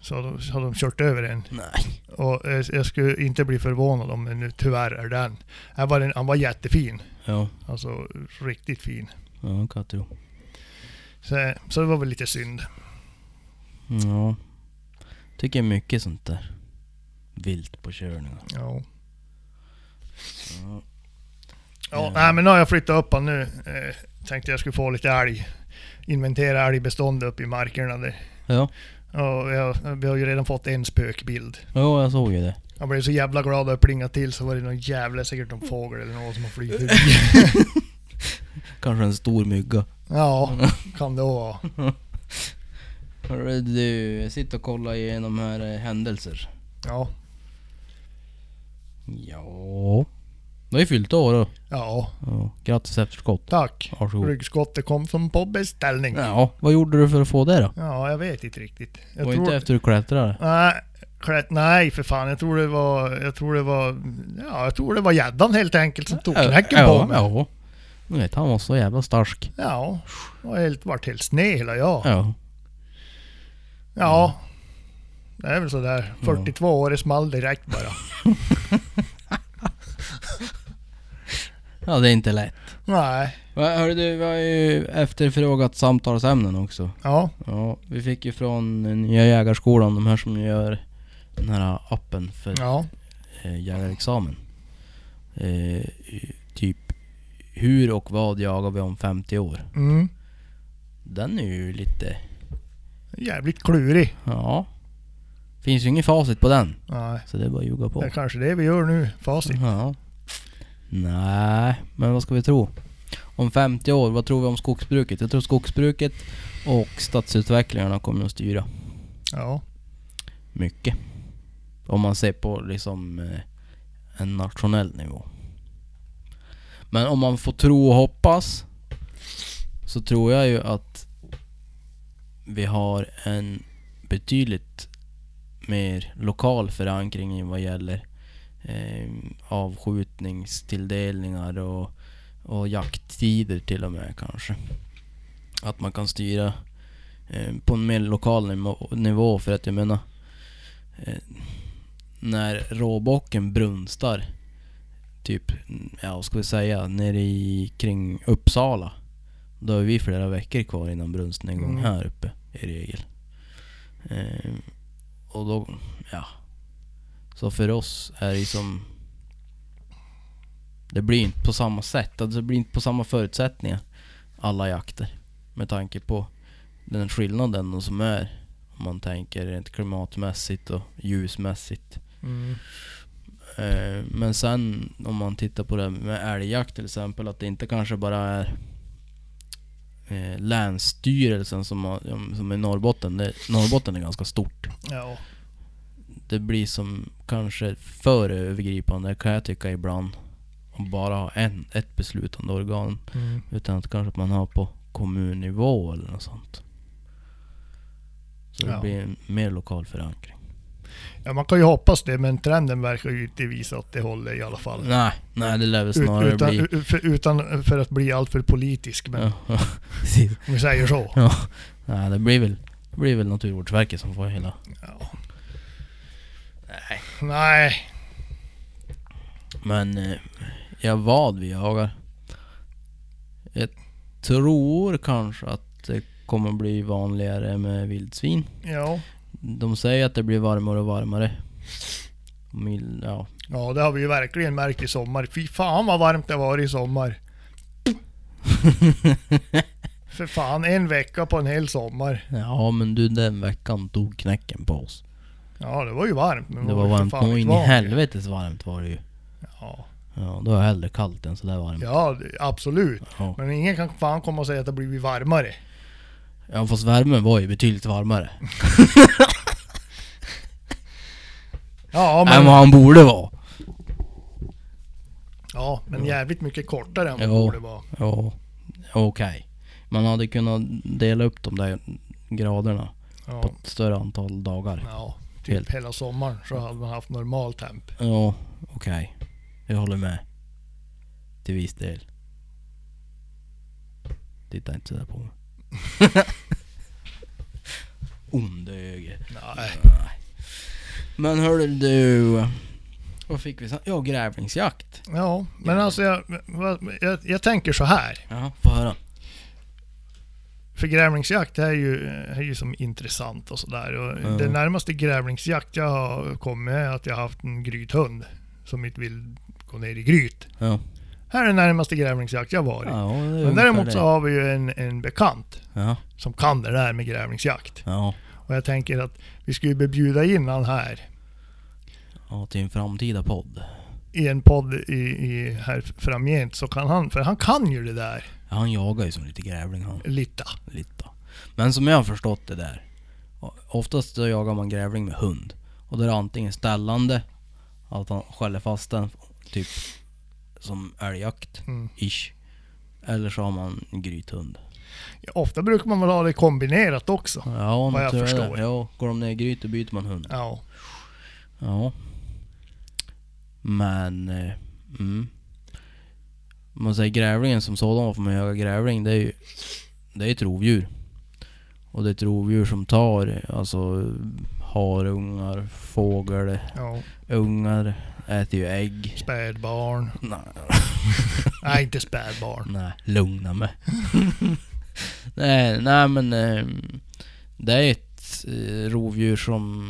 Speaker 2: så har de, så har de kört över en.
Speaker 1: Nej.
Speaker 2: Och eh, jag skulle inte bli förvånad om det nu tyvärr är den. Han var, en, han var jättefin,
Speaker 1: Ja.
Speaker 2: alltså riktigt fin.
Speaker 1: Ja, kan jag tro.
Speaker 2: Så, eh, så det var väl lite synd.
Speaker 1: Ja. Tycker mycket sånt där. Vilt på körningar.
Speaker 2: Ja.
Speaker 1: Ja.
Speaker 2: Ja,
Speaker 1: Ja.
Speaker 2: Nej, men nu har jag flyttat upp han nu. Eh, tänkte jag skulle få lite älg. Inventera älgbeståndet uppe i markerna där.
Speaker 1: Ja.
Speaker 2: Ja, jag, vi har ju redan fått en spökbild.
Speaker 1: Jo, jag såg ju det.
Speaker 2: Jag blev så jävla glad att jag plingade till så var det någon jävla, säkert någon fågel eller någon som har flugit förbi.
Speaker 1: Kanske en stor mygga.
Speaker 2: Ja, kan det vara.
Speaker 1: Hörru du, jag sitter och kollar igenom här eh, händelser.
Speaker 2: Ja,
Speaker 1: Ja. Du har ju fyllt år då.
Speaker 2: ja,
Speaker 1: Ja. Grattis efterskott.
Speaker 2: tack.
Speaker 1: Varsågod.
Speaker 2: Ryggskottet kom som på beställning.
Speaker 1: Ja, vad gjorde du för att få det då?
Speaker 2: Ja, jag vet inte riktigt.
Speaker 1: Jag
Speaker 2: Jag
Speaker 1: var inte efter du klättrade?
Speaker 2: Nej, klätt, nej för fan. Jag tror det var, jag tror det var, ja, jag tror det var gäddan helt enkelt som tog knäcken på mig.
Speaker 1: Ja, ja. Du vet, han var så jävla stark.
Speaker 2: Ja, och helt, vart helt sned hela jag.
Speaker 1: Ja.
Speaker 2: Ja. Det är väl sådär. 42 år, det small direkt bara.
Speaker 1: Ja, det är inte lätt.
Speaker 2: Nej.
Speaker 1: Va, Hörru du, vi har ju efterfrågat samtalsämnen också.
Speaker 2: Ja.
Speaker 1: Ja, vi fick ju från eh, Nya Jägarskolan, de här som gör den här appen för
Speaker 2: Ja.
Speaker 1: eh, jägarexamen. Eh, typ, hur och vad jagar vi om 50 år?
Speaker 2: Mm.
Speaker 1: Den är ju lite...
Speaker 2: Jävligt klurig.
Speaker 1: Ja. Finns ju inget facit på den.
Speaker 2: Nej.
Speaker 1: Så det är bara att ljuga
Speaker 2: Det
Speaker 1: på.
Speaker 2: är kanske det vi gör nu. Facit.
Speaker 1: Ja. Nej, men vad ska vi tro? Om 50 år, vad tror vi om skogsbruket? Jag tror skogsbruket och stadsutvecklingarna kommer att styra Mm.
Speaker 2: Ja.
Speaker 1: mycket. Om man ser på liksom eh, en nationell nivå. Men om man får tro och hoppas så tror jag ju att vi har en betydligt mer lokal förankring i vad gäller eh, avskjutningstilldelningar och, och jakttider till och med kanske. Att man kan styra eh, på en mer lokal nivå- nivå för att jag menar eh, när råbocken brunstar typ, mm, ja vad ska vi säga, nere i kring Uppsala då är vi flera veckor kvar innan brunstnedgång
Speaker 2: Mm.
Speaker 1: här uppe i regel. Eh, och då, ja. Så för oss är det ju som det blir inte på samma sätt, alltså det blir inte på samma förutsättningar alla jakter. Med tanke på den skillnaden då som är om man tänker rent klimatmässigt och ljusmässigt.
Speaker 2: Mm.
Speaker 1: Eh, Men sen om man tittar på det här med älgjakt till exempel, att det inte kanske bara är eh, Länsstyrelsen som, har, som i Norrbotten, det, Norrbotten är ganska stort.
Speaker 2: Ja.
Speaker 1: Det blir som kanske för övergripande kan jag tycka ibland. Att bara ha en, ett beslutande organ.
Speaker 2: Mm.
Speaker 1: Utan att kanske att man har på kommunnivå eller något sånt. Så det
Speaker 2: Ja.
Speaker 1: blir en mer lokal förankring.
Speaker 2: Ja, man kan ju hoppas det, men trenden verkar ju inte visa åt det hållet i alla fall.
Speaker 1: Nej, nej det lär väl
Speaker 2: Ut-
Speaker 1: snarare
Speaker 2: utan,
Speaker 1: bli...
Speaker 2: u- för, utan för att bli alltför politisk, men
Speaker 1: Ja, ja, precis.
Speaker 2: om vi säger så.
Speaker 1: Ja. Nej, det blir väl, det blir väl Naturvårdsverket som får hela...
Speaker 2: Ja. Nej.
Speaker 1: Men eh, jag vad vi jagar. Jag tror kanske att det kommer bli vanligare med vildsvin.
Speaker 2: Ja.
Speaker 1: De säger att det blir varmare och varmare. Mil, ja.
Speaker 2: ja, det har vi ju verkligen märkt i sommar. Fy fan vad varmt det var i sommar. För fan, en vecka på en hel sommar.
Speaker 1: ja men du den veckan tog knäcken på oss.
Speaker 2: Ja, det var ju varmt. Men
Speaker 1: Det var
Speaker 2: ju för
Speaker 1: varmt
Speaker 2: fan
Speaker 1: nog
Speaker 2: inte
Speaker 1: in i
Speaker 2: vant.
Speaker 1: helvetes varmt var det ju.
Speaker 2: Ja.
Speaker 1: Ja, då är jag hellre kallt än sådär varmt.
Speaker 2: ja, det- absolut.
Speaker 1: Ja.
Speaker 2: Men ingen kan fan komma och säga att det har blivit varmare.
Speaker 1: ja fast värmen var ju betydligt varmare.
Speaker 2: Ja,
Speaker 1: Än vad
Speaker 2: men,
Speaker 1: han borde vara.
Speaker 2: ja, men jävligt mycket kortare än vad det
Speaker 1: Ja.
Speaker 2: borde vara.
Speaker 1: Ja, okej. Man hade kunnat dela upp de där graderna
Speaker 2: Ja.
Speaker 1: på ett större antal dagar.
Speaker 2: Ja, typ
Speaker 1: Helt.
Speaker 2: hela sommaren så hade man haft normal temp.
Speaker 1: Ja, okej. Jag håller med. Till viss del. Titta inte sådär på mig. Onde öge.
Speaker 2: Nej.
Speaker 1: Men hörru du. Vad fick vi sen? Ja, grävlingsjakt.
Speaker 2: Ja, men alltså jag, jag, jag tänker så här.
Speaker 1: Ja, få höra.
Speaker 2: För grävlingsjakt är ju, är ju som intressant och sådär. Och
Speaker 1: Ja.
Speaker 2: Den närmaste grävlingsjakt jag har kommit är att jag har haft en grythund som inte vill gå ner i gryt.
Speaker 1: Ja.
Speaker 2: Här är den närmaste grävlingsjakt jag har varit.
Speaker 1: ja det är ungefär
Speaker 2: men däremot
Speaker 1: det.
Speaker 2: så har vi ju en, en bekant
Speaker 1: Ja.
Speaker 2: som kan det där med grävlingsjakt.
Speaker 1: Ja.
Speaker 2: Och jag tänker att vi skulle ju bjuda in han här
Speaker 1: Ja, till en framtida podd.
Speaker 2: i en podd i, i här framgent så kan han, för han kan ju det där
Speaker 1: Ja, han jagar ju som lite grävling han.
Speaker 2: lite.
Speaker 1: Lite. då. Men som jag har förstått det där. o- Oftast så jagar man grävling med hund. Och då är det antingen ställande, att han skäller fast den, typ som älgjakt,
Speaker 2: Mm.
Speaker 1: ish. Eller så har man grythund.
Speaker 2: Ja, Ofta brukar man väl ha det kombinerat också.
Speaker 1: Ja,
Speaker 2: Vad jag
Speaker 1: tror det.
Speaker 2: förstår.
Speaker 1: Ja, går de ner i gryt då byter man hund.
Speaker 2: Ja.
Speaker 1: Ja. Men, eh, mm. Om man säger grävlingen som sådan, varför man jagar grävling, det är ju det är ett rovdjur. Och det är ett rovdjur som tar, alltså harungar, fågel,
Speaker 2: ja.
Speaker 1: ungar, äter ju ägg.
Speaker 2: Spädbarn.
Speaker 1: Nej,
Speaker 2: Nej, inte spädbarn.
Speaker 1: nej lugna mig. nej, nej men eh, det är ett eh, rovdjur som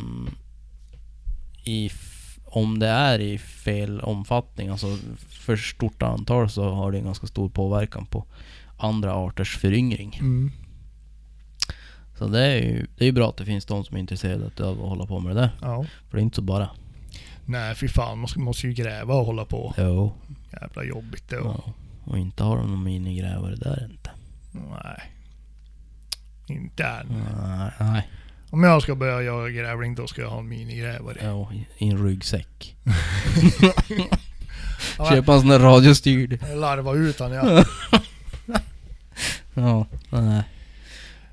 Speaker 1: i, f- om det är i fel omfattning, alltså för stort antal så har det en ganska stor påverkan på andra arters föryngring.
Speaker 2: Mm.
Speaker 1: Så det är ju det är ju bra att det finns de som är intresserade av att hålla på med det där.
Speaker 2: Ja.
Speaker 1: För det är inte så bara.
Speaker 2: Nej, fy fan. Man ska- måste ju gräva och hålla på.
Speaker 1: Jo.
Speaker 2: Jävla jobbigt det. och-
Speaker 1: Ja. Och inte har de någon minigrävare där inte.
Speaker 2: Nej. Inte
Speaker 1: Mm.
Speaker 2: än.
Speaker 1: Nej. Nej.
Speaker 2: Om jag ska börja jaga grävling då ska jag ha en minigrävare.
Speaker 1: Ja, i- i en ryggsäck.
Speaker 2: Ja,
Speaker 1: Köpa en sån där radiostyrd.
Speaker 2: jag Larva ut han ja.
Speaker 1: Ja. Nej.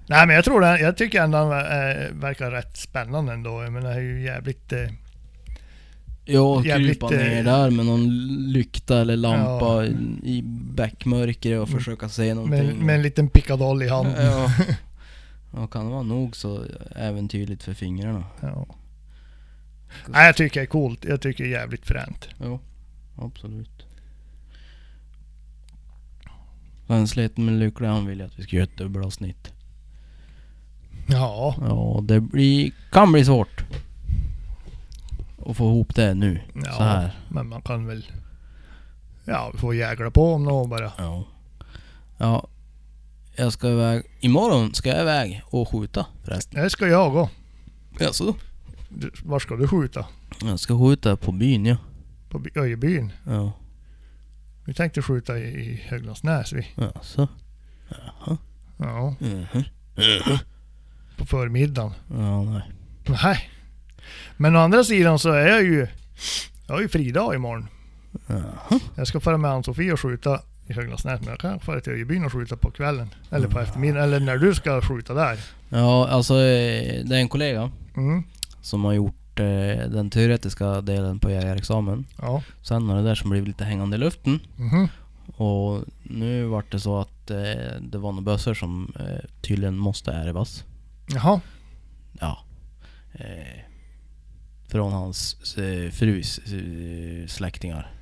Speaker 2: Nej men jag tror det, jag tycker ändå han eh, verkar rätt spännande ändå. Jag menar det är ju jävligt... Eh,
Speaker 1: Ja,
Speaker 2: Jävligt,
Speaker 1: krypa
Speaker 2: eh,
Speaker 1: ner där med någon lykta eller lampa
Speaker 2: Ja. Mm.
Speaker 1: i- i backmörkret och försöka se någonting.
Speaker 2: med, med en liten pickadoll i handen.
Speaker 1: Ja. Ja, kan det vara nog så äventyrligt för fingrarna.
Speaker 2: Ja. Nej, jag tycker det är coolt. Jag tycker det är jävligt fränt.
Speaker 1: Ja, absolut. Vänligheten med lycklig han vill ju att vi ska göra ett dubbelavsnitt.
Speaker 2: Ja,
Speaker 1: Ja, det blir, kan bli svårt. Att få ihop det nu.
Speaker 2: Ja.
Speaker 1: Så här.
Speaker 2: men man kan väl... Ja, vi får jäkla på om något bara.
Speaker 1: Ja. Ja. Jag ska iväg. Imorgon ska jag iväg och skjuta förresten.
Speaker 2: Det ska jag gå.
Speaker 1: Jaså?
Speaker 2: Du- Var ska du skjuta?
Speaker 1: Jag ska skjuta på byn ja.
Speaker 2: På by- Öjebyn?
Speaker 1: Ja.
Speaker 2: Vi tänkte skjuta i, i Höglandsnäs vi.
Speaker 1: Jaså?
Speaker 2: Ja,
Speaker 1: Mhm.
Speaker 2: på förmiddagen.
Speaker 1: Ja, nej.
Speaker 2: Nej. Men å andra sidan så är jag ju... Jag har ju fridag imorgon.
Speaker 1: Jaha.
Speaker 2: Jag ska föra med Ann-Sofie och skjuta i Höglandsnäs. Men jag kan fara till Öjebyn och skjuta på kvällen. Eller på eftermiddagen. Eller när du ska skjuta där.
Speaker 1: Ja, alltså eh, det är en kollega
Speaker 2: Mm.
Speaker 1: som har gjort klart eh, den teoretiska delen på jägarexamen.
Speaker 2: Ja.
Speaker 1: Sen var det där som blev lite hängande i luften.
Speaker 2: Mhm.
Speaker 1: Och nu vart det så att eh, det var några bössor som eh, tydligen måste ärvas.
Speaker 2: Jaha.
Speaker 1: Ja. Eh, från hans eh, frus eh, släktingar.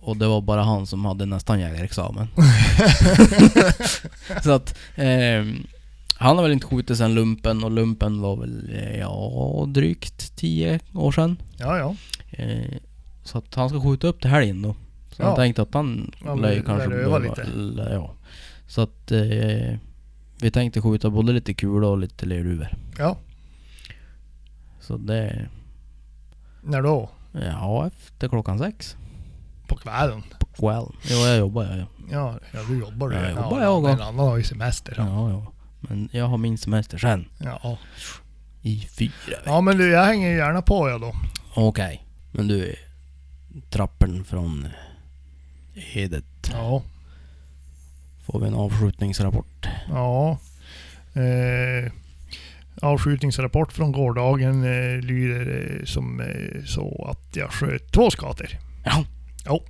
Speaker 1: Och det var bara han som hade nästan jägarexamen. så att eh, han har väl inte skjutit sedan lumpen och lumpen var väl, eh, ja, drygt 10 år sedan.
Speaker 2: Ja, ja.
Speaker 1: Eh, så att han ska skjuta upp till helgen då. Så
Speaker 2: Ja.
Speaker 1: han tänkte att han
Speaker 2: Han
Speaker 1: lär ju
Speaker 2: lär
Speaker 1: kanske
Speaker 2: öva
Speaker 1: behöva-
Speaker 2: lite.
Speaker 1: lär- ja. Så att eh, vi tänkte skjuta både lite kula och lite lerduvor.
Speaker 2: Ja.
Speaker 1: Så det...
Speaker 2: När då?
Speaker 1: Ja, efter klockan sex.
Speaker 2: På kvällen?
Speaker 1: På kvällen. Jo, jag jobbar ja. Ja,
Speaker 2: Ja, ja du jobbar du.
Speaker 1: Ja, jag jobbar jag också.
Speaker 2: En annan har ju semester. Ja.
Speaker 1: ja. ja. Men jag har min semester sen.
Speaker 2: Ja.
Speaker 1: I fyra veckor.
Speaker 2: ja, men du jag hänger ju gärna på jag då.
Speaker 1: Okej. Men du, trappen från Edet.
Speaker 2: Ja.
Speaker 1: Får vi en avskjutningsrapport?
Speaker 2: Ja. Eh, avskjutningsrapport från gårdagen eh, lyder eh, som eh, så att jag sköt två skator.
Speaker 1: Ja.
Speaker 2: Jo.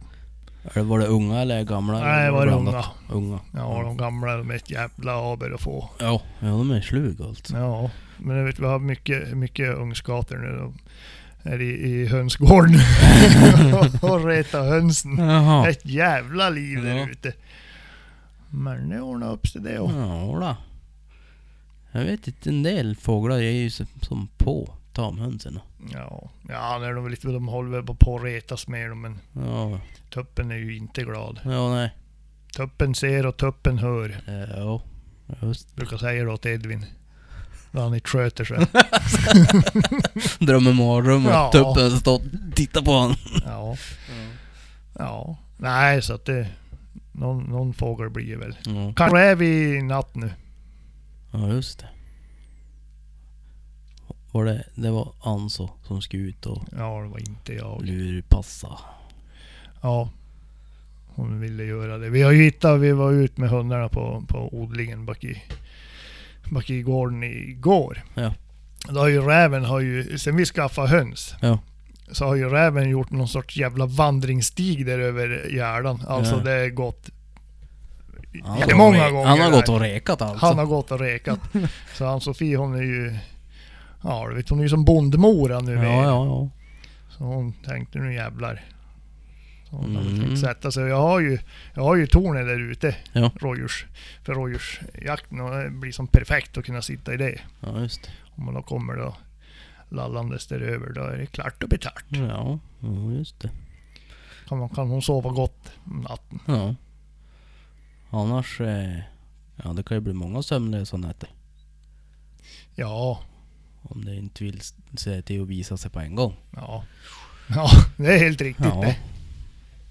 Speaker 1: Eller Var det unga eller gamla?
Speaker 2: Nej,
Speaker 1: Eller
Speaker 2: var det
Speaker 1: blandat?
Speaker 2: unga.
Speaker 1: Unga.
Speaker 2: Ja, de gamla de är ett jävla aber att få.
Speaker 1: Ja, ja de är slug alltså.
Speaker 2: Ja, men jag vet, vi har mycket, mycket ungskator nu. De är i, i hönsgården och retar hönsen.
Speaker 1: Jaha.
Speaker 2: Ett jävla liv där
Speaker 1: Ja.
Speaker 2: ute. Men det ordnar upp sig det och.
Speaker 1: Ja, då. Jag vet inte, en del fåglar är ju som, som på tamhönsen.
Speaker 2: Ja, ja när de, är lite, de håller väl på att retas med dem men
Speaker 1: Ja,
Speaker 2: tuppen är ju inte glad.
Speaker 1: ja nej.
Speaker 2: Tuppen ser och tuppen hör,
Speaker 1: Eh, Ja, just
Speaker 2: brukar säga då till Edvin. När han inte sköter sig.
Speaker 1: Drömmer mardröm och
Speaker 2: Ja.
Speaker 1: tuppen står och tittar på honom.
Speaker 2: Ja. ja. Nej, så att det... Någon, någon fågel blir det väl.
Speaker 1: Ja.
Speaker 2: Kanske är vi i natt nu.
Speaker 1: ja, just det. Var det, det var Anso som skulle ut och
Speaker 2: Ja, det var inte jag.
Speaker 1: lurpassa.
Speaker 2: Ja. Hon ville göra det. Vi har ju hittat, vi var ut med hundarna på, på odlingen bak i, bak i gården igår.
Speaker 1: Ja.
Speaker 2: Då har ju räven, har ju, sen vi skaffade höns,
Speaker 1: Ja.
Speaker 2: så har ju räven gjort någon sorts jävla vandringsstig där över Gärdan. Alltså
Speaker 1: Ja.
Speaker 2: det är gått
Speaker 1: Han
Speaker 2: det är
Speaker 1: har
Speaker 2: många
Speaker 1: re-
Speaker 2: gånger.
Speaker 1: Han har
Speaker 2: där.
Speaker 1: gått och rekat alltså.
Speaker 2: Han har gått och rekat. så Ann-Sofie hon är ju, ja du vet hon är ju som bondmora nu.
Speaker 1: ja,
Speaker 2: med-
Speaker 1: ja, ja.
Speaker 2: Så hon tänkte nu jävlar. Så hon hade
Speaker 1: Mm.
Speaker 2: tänkt sätta sig. Jag har ju, jag har ju tornet där ute.
Speaker 1: Ja.
Speaker 2: Rådjurs, för rådjursjakten. Och det blir som perfekt att kunna sitta i det.
Speaker 1: Ja, just det.
Speaker 2: Om man då kommer då lallandes där över. Då är det klart och betart.
Speaker 1: Ja, ja, just det.
Speaker 2: Kan, man, kan hon sova gott om natten.
Speaker 1: Ja. Annars... Eh, ja, det kan ju bli många sömnlösa nätter.
Speaker 2: Ja,
Speaker 1: Om det inte vill se till att visa sig på en gång.
Speaker 2: ja. Ja, det är helt riktigt
Speaker 1: Ja.
Speaker 2: det.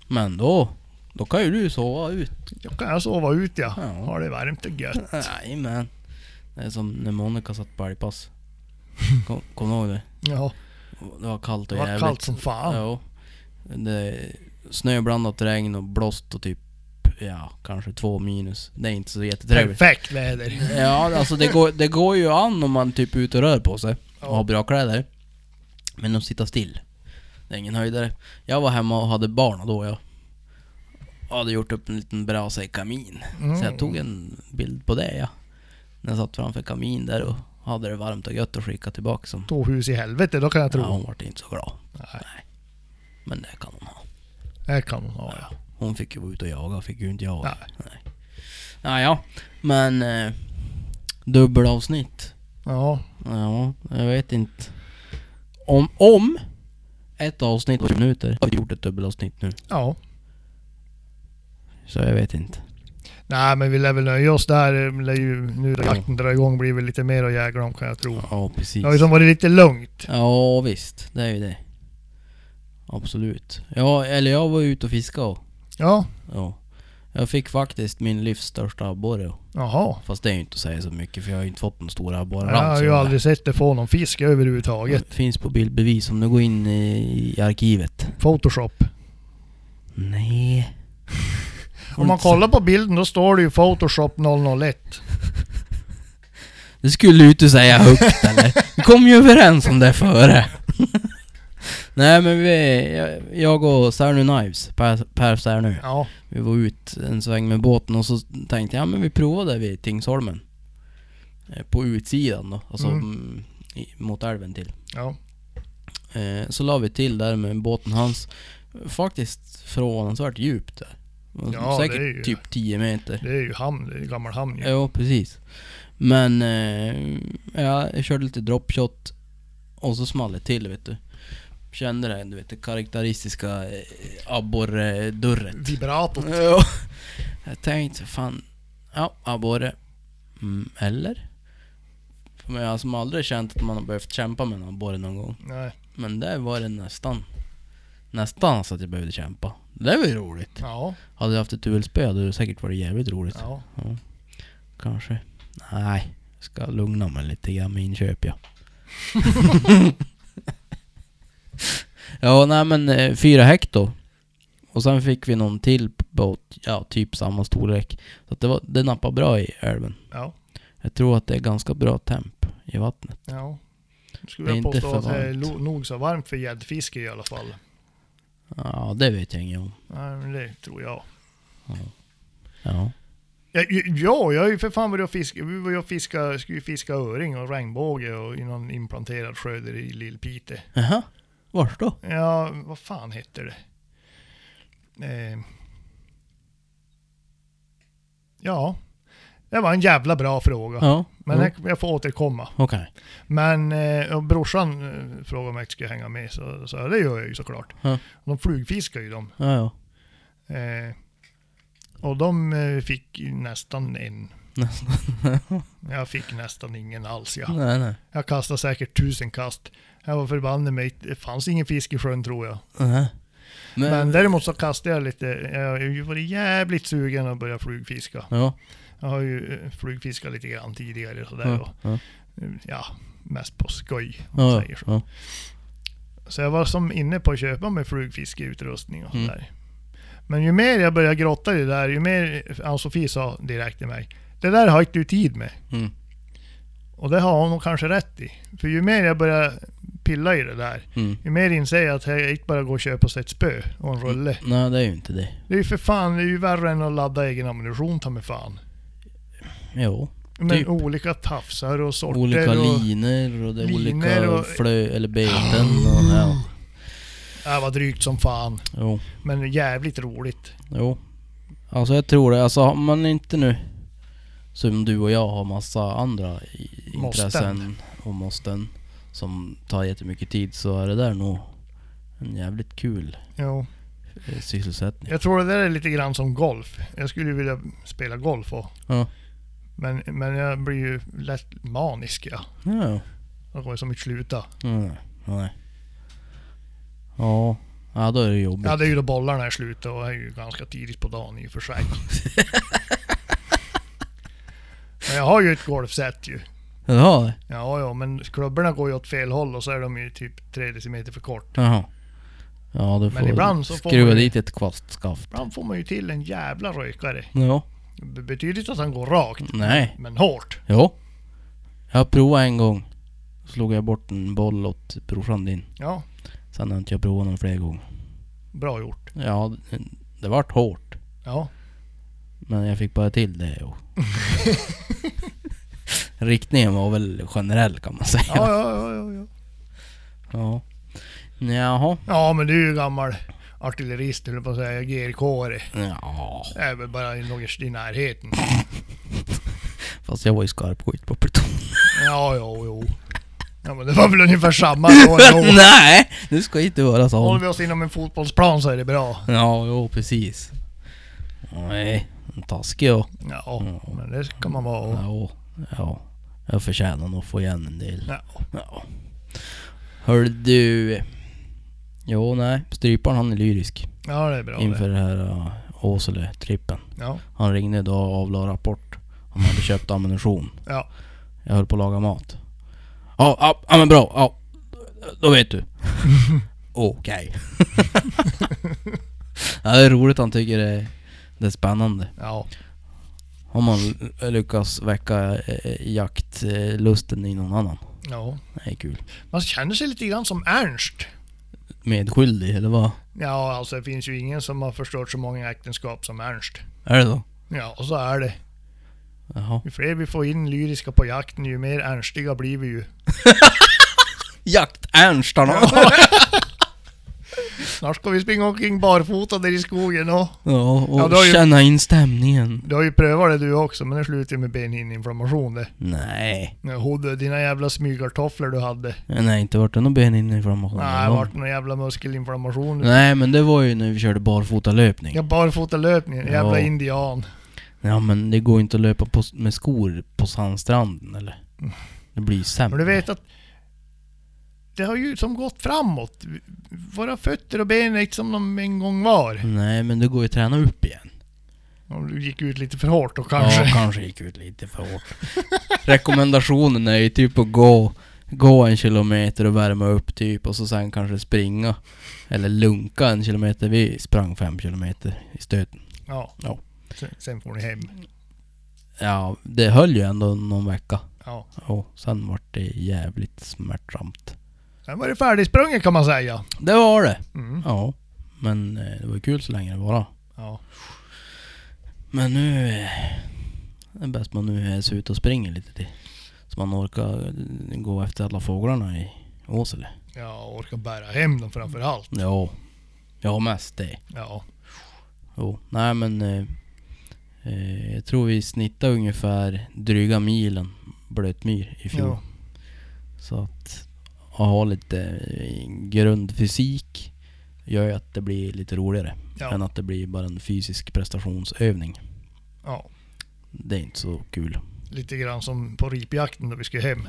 Speaker 1: Men då... Då kan ju du sova ut.
Speaker 2: Då kan jag sova ut ja.
Speaker 1: Ja.
Speaker 2: Har det varmt och gött.
Speaker 1: Jajamän. Det är som när Monica satt på älgpass. Kom- Kommer du ihåg det?
Speaker 2: Ja,
Speaker 1: Det var kallt
Speaker 2: det
Speaker 1: och
Speaker 2: var
Speaker 1: jävligt.
Speaker 2: kallt som fan.
Speaker 1: Ja. Det snöblandat regn och blåst och typ... Ja, kanske två minus. Det är inte så jättetrevligt.
Speaker 2: Perfekt väder.
Speaker 1: Ja, alltså det går, det går ju an om man typ är ute och rör på sig och har
Speaker 2: Ja.
Speaker 1: bra kläder. Men de sitter still. Det är ingen höjdare. Jag var hemma och hade barn då jag. Jag hade gjort upp en liten brasa i kamin. Så
Speaker 2: Mm.
Speaker 1: jag tog en bild på det ja. När jag satt framför kamin där och hade det varmt och gött och skickade tillbaka som...
Speaker 2: Två hus i helvete, då kan jag tro.
Speaker 1: Ja, hon vart inte så glad.
Speaker 2: Nej,
Speaker 1: Men det kan hon ha.
Speaker 2: det kan hon ha ja.
Speaker 1: Hon fick ju vara ute och jaga, fick ju inte jaga.
Speaker 2: Nej.
Speaker 1: Ja, ja. Men... Eh, dubbelavsnitt.
Speaker 2: Ja,
Speaker 1: Ja, jag vet inte. Om, om ett avsnitt på 20 minuter. Jag har gjort ett dubbelavsnitt nu.
Speaker 2: ja.
Speaker 1: Så jag vet inte.
Speaker 2: Nej men vi lär väl nöja oss där. Det lär ju, nu när jakten drar igång blir det lite mer att jäga dem kan jag tro.
Speaker 1: Ja, precis.
Speaker 2: Det har ju som varit lite lugnt.
Speaker 1: Ja, visst. Det är ju det. Absolut. Ja, eller jag var ute och fiskade. och-
Speaker 2: Ja,
Speaker 1: Ja. Jag fick faktiskt min livs största abborre. och-
Speaker 2: jaha.
Speaker 1: Fast det är ju inte att säga så mycket för jag har ju inte fått någon stor abborre
Speaker 2: Jag har ju
Speaker 1: alls.
Speaker 2: aldrig sett det få någon fisk överhuvudtaget.
Speaker 1: Det finns på bildbevis om du går in i i arkivet.
Speaker 2: Photoshop.
Speaker 1: Nej.
Speaker 2: Om man kollar på bilden då står det ju Photoshop 001.
Speaker 1: Det skulle ju inte säga högt eller? Vi kom ju överens om det före. Nej men vi, jag- jag och Särnu Knives, Per, per Särnu,
Speaker 2: Ja,
Speaker 1: vi var ut en sväng med båten och så tänkte jag, ja men vi provar där vid Tingsholmen. Eh, På utsidan då, alltså
Speaker 2: Mm.
Speaker 1: mm. i, mot älven till.
Speaker 2: ja.
Speaker 1: Eh, så la vi till där med båten hans. Faktiskt förvånansvärt djupt där.
Speaker 2: Ja,
Speaker 1: Säkert
Speaker 2: det är ju-
Speaker 1: typ 10 meter.
Speaker 2: Det är ju hamn, det är ju gammal hamn ju.
Speaker 1: Ja, precis. Men eh, ja, jag körde lite dropshot och så small det till vet du. Kände det, du vet det karaktäristiska eh, abborredurret.
Speaker 2: Vibratot.
Speaker 1: Ja. Jag tänkte fan, ja abborre. Mm, eller? Men jag har som aldrig känt att man har behövt kämpa med en abborre någon gång.
Speaker 2: Nej.
Speaker 1: Men där var det nästan. Nästan så att jag behövde kämpa. Det var ju roligt.
Speaker 2: Ja,
Speaker 1: Hade jag haft ett ulspö hade det säkert varit jävligt roligt.
Speaker 2: ja.
Speaker 1: Kanske. Nej, jag ska lugna mig lite grann med inköp ja. ja, nej men eh, fyra hekto. Och sen fick vi någon till båt, ja typ samma storlek. Så att det, var, det nappade bra i älven.
Speaker 2: Ja,
Speaker 1: Jag tror att det är ganska bra temp i vattnet.
Speaker 2: ja. Nu
Speaker 1: Det är
Speaker 2: skulle jag
Speaker 1: inte
Speaker 2: påstå
Speaker 1: för
Speaker 2: att det är
Speaker 1: varmt.
Speaker 2: lo- nog så varmt för gäddfiske i alla fall.
Speaker 1: Ja, det vet jag inget om.
Speaker 2: Nej, men det tror jag.
Speaker 1: Ja.
Speaker 2: Ja, ja, jag har ju för fan varit och fiskat. Vi var ju och fiska, skulle ju fiska öring och regnbåge och i någon implanterad sjö där i Lillpite.
Speaker 1: Jaha, vart då?
Speaker 2: Ja, vad fan heter det? Eh, ja, det var en jävla bra fråga.
Speaker 1: Ja, Mm.
Speaker 2: Men
Speaker 1: jo,
Speaker 2: jag, jag får återkomma.
Speaker 1: okej.
Speaker 2: Men eh, och brorsan eh, frågade om jag skulle hänga med, så, så ja, det gör jag ju såklart.
Speaker 1: Ja.
Speaker 2: De flugfiskar ju de.
Speaker 1: Ja, ja.
Speaker 2: Eh, och de eh, fick ju nästan en.
Speaker 1: Nästan.
Speaker 2: Jag fick nästan ingen alls. Jag,
Speaker 1: Nej, nej.
Speaker 2: jag kastade säkert tusen kast. Jag var förbannad mig. Det fanns ingen fisk i sjön tror jag.
Speaker 1: Nej. Men,
Speaker 2: Men däremot så kastade jag lite. Jag har ju varit jävligt sugen att börja flugfiska.
Speaker 1: Ja.
Speaker 2: Jag har ju eh, flugfiskat lite grann tidigare sådär.
Speaker 1: Ja.
Speaker 2: Och,
Speaker 1: Ja.
Speaker 2: eh, ja, mest på skoj. om man
Speaker 1: Ja.
Speaker 2: säger så.
Speaker 1: ja.
Speaker 2: Så jag var som inne på att köpa mig flugfiskeutrustning och
Speaker 1: Mm.
Speaker 2: sådär. Men ju mer jag började grotta i det där, ju mer Ann-Sofie sa direkt till mig. Det där har inte du tid med.
Speaker 1: Mm.
Speaker 2: Och det har hon nog kanske rätt i. För ju mer jag börjar pilla i det där,
Speaker 1: Mm.
Speaker 2: ju mer inser jag att jag inte bara går och köper sig ett spö och en rulle.
Speaker 1: Nej, det är ju inte det.
Speaker 2: Det är ju för fan, det är ju värre än att ladda egen ammunition ta mig fan.
Speaker 1: Jo.
Speaker 2: Men
Speaker 1: Typ.
Speaker 2: olika tafsar och sorter
Speaker 1: Olika
Speaker 2: och...
Speaker 1: linor och det är olika
Speaker 2: Linor och- Ah.
Speaker 1: flö eller beten och ja.
Speaker 2: Ja, vad drygt som fan.
Speaker 1: Jo.
Speaker 2: Men jävligt roligt.
Speaker 1: Jo. Alltså jag tror det. Alltså har man inte nu som du och jag har massa andra i-
Speaker 2: Måsten.
Speaker 1: intressen och måsten som tar jättemycket tid så är det där nog en jävligt kul
Speaker 2: Jo.
Speaker 1: eh, sysselsättning.
Speaker 2: Jag tror det där är lite grann som golf. Jag skulle ju vilja spela golf och,
Speaker 1: Ja.
Speaker 2: men, men jag blir ju lätt manisk. Ja.
Speaker 1: Ja. ja.
Speaker 2: Jag går som ett sluta.
Speaker 1: Mm. Nej. Ja. Ja då är det jobbigt.
Speaker 2: Ja, det är ju då bollarna är slut och det är ju ganska tidigt på dagen i och för sig. men jag har ju ett golfset ju.
Speaker 1: Jaha.
Speaker 2: Ja, ja, men klubborna går ju åt fel håll och så är de ju typ 3 decimeter för kort.
Speaker 1: Jaha. Ja du får
Speaker 2: Men ibland så får
Speaker 1: skruva
Speaker 2: man ju-
Speaker 1: dit ett kvastskaft.
Speaker 2: Ibland får man ju till en jävla rökare.
Speaker 1: Ja.
Speaker 2: Det betyder inte att han går
Speaker 1: Mm.
Speaker 2: rakt,
Speaker 1: Nej.
Speaker 2: men hårt.
Speaker 1: Jo. Jag provade en gång. Slog jag bort en boll åt brorsan din.
Speaker 2: Ja,
Speaker 1: Sen har inte jag provat någon fler gånger.
Speaker 2: bra gjort.
Speaker 1: Ja, det- det vart hårt.
Speaker 2: Ja,
Speaker 1: Men jag fick bara till det och... Riktningen var väl generell kan man säga.
Speaker 2: ja, ja, ja. ja, ja.
Speaker 1: Ja. Jaha.
Speaker 2: Ja, men du är ju gammal artillerist, eller på att säga, grk -are.
Speaker 1: Ja.
Speaker 2: Det är väl bara något i närheten.
Speaker 1: Fast jag var ju skarpskytt på pluton.
Speaker 2: Ja, jo, jo. Ja, men det var väl ungefär samma då. jo.
Speaker 1: Nej! Du ska inte vara
Speaker 2: Håller
Speaker 1: sån.
Speaker 2: vi oss inom en fotbollsplan så är det bra.
Speaker 1: Ja, jo precis. Nej. en Taskig och...
Speaker 2: Ja, men det ska man vara.
Speaker 1: Ja, ja. Jag förtjänar nog att få igen en del.
Speaker 2: Ja.
Speaker 1: Ja. Hör du... Jo, nej. Stryparen han är lyrisk
Speaker 2: ja, det är bra det.
Speaker 1: inför det här uh, Åsele-trippen.
Speaker 2: Ja,
Speaker 1: Han ringde då och avlade rapport. Han hade köpt ammunition.
Speaker 2: ja.
Speaker 1: Jag höll på att laga mat. Ja, ja, ja men bra. Ja, då vet du. Okej. ja, det är roligt. Han tycker det är, det är spännande.
Speaker 2: ja.
Speaker 1: Har man lyckats väcka eh, jaktlusten eh, i någon annan.
Speaker 2: Ja.
Speaker 1: Nej, kul.
Speaker 2: Man känner sig lite grann som Ernst.
Speaker 1: Medskyldig, eller vad?
Speaker 2: Ja, alltså det finns ju ingen som har förstört så många äktenskap som Ernst.
Speaker 1: Är det så?
Speaker 2: Ja, och så är det.
Speaker 1: Jaha.
Speaker 2: Ju fler vi får in lyriska på jakten, ju mer ernstiga blir vi ju.
Speaker 1: Jakt-Ernstarna!
Speaker 2: Snart ska vi springa omkring barfota där i skogen och...
Speaker 1: Ja, och
Speaker 2: Ja, det har ju-
Speaker 1: känna in stämningen.
Speaker 2: Du har ju prövat det du också, men det slutade ju med benhinneinflammation det.
Speaker 1: Nej.
Speaker 2: Jo, du, dina jävla smygartofflor du hade.
Speaker 1: Nej, inte vart det någon beninflammation.
Speaker 2: Nej, vart någon jävla muskelinflammation.
Speaker 1: Nej, men det var ju när vi körde barfotalöpning.
Speaker 2: Ja, barfotalöpningen. Jävla
Speaker 1: Ja.
Speaker 2: indian.
Speaker 1: Ja, men det går ju inte att löpa på, med skor på sandstranden eller? Det blir ju sämre.
Speaker 2: Men du vet att det har ju som gått framåt. Våra fötter och ben är inte som de en gång var.
Speaker 1: Nej, men det går ju att träna upp igen.
Speaker 2: Om du gick ut lite för hårt då kanske.
Speaker 1: Ja, kanske gick ut lite för hårt. Rekommendationen är ju typ att gå, gå en kilometer och värma upp typ och så sen kanske springa. Eller lunka en kilometer. Vi sprang fem kilometer i stöten.
Speaker 2: Ja.
Speaker 1: Ja.
Speaker 2: Sen, sen får ni hem.
Speaker 1: Ja, det höll ju ändå någon vecka.
Speaker 2: Ja.
Speaker 1: Ja, sen vart det jävligt smärtsamt.
Speaker 2: Sen var det färdigsprunget kan man säga.
Speaker 1: Det var det.
Speaker 2: Mm.
Speaker 1: Ja. Men eh, det var ju kul så länge det var.
Speaker 2: Ja.
Speaker 1: Men nu... eh, Det är bäst man nu är så ute och springer lite till. Så man orkar eh, gå efter alla fåglarna i Åsele.
Speaker 2: Ja, och orka bära hem dem framför allt.
Speaker 1: Ja. Jag har mest det.
Speaker 2: Ja.
Speaker 1: Jo. Nej men... Eh, eh, jag tror vi snittade ungefär dryga milen blötmyr i fjol.
Speaker 2: Ja.
Speaker 1: Så att... Att ha lite eh, grundfysik gör ju att det blir lite roligare. Än
Speaker 2: Ja.
Speaker 1: att det blir bara en fysisk prestationsövning.
Speaker 2: ja.
Speaker 1: Det är inte så kul.
Speaker 2: Lite grann som på ripjakten när vi skulle hem.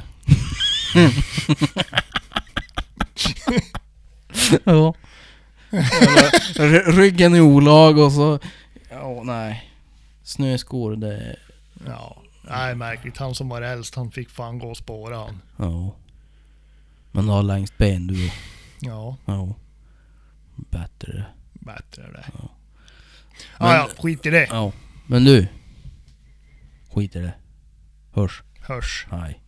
Speaker 1: Ja. Eller, ry- Ryggen i olag och så... Ja, nej. Snöskor, det...
Speaker 2: Ja. Nej, märkligt. Han som var äldst, han fick fan gå och spåra han.
Speaker 1: Ja. Men du har längst ben du och-
Speaker 2: Ja,
Speaker 1: Ja. Bättre.
Speaker 2: bättre är det.
Speaker 1: Ja.
Speaker 2: Ah, ja, skit i det.
Speaker 1: Ja. Men du. Skit i det. Hörs.
Speaker 2: Hörs.
Speaker 1: Hej.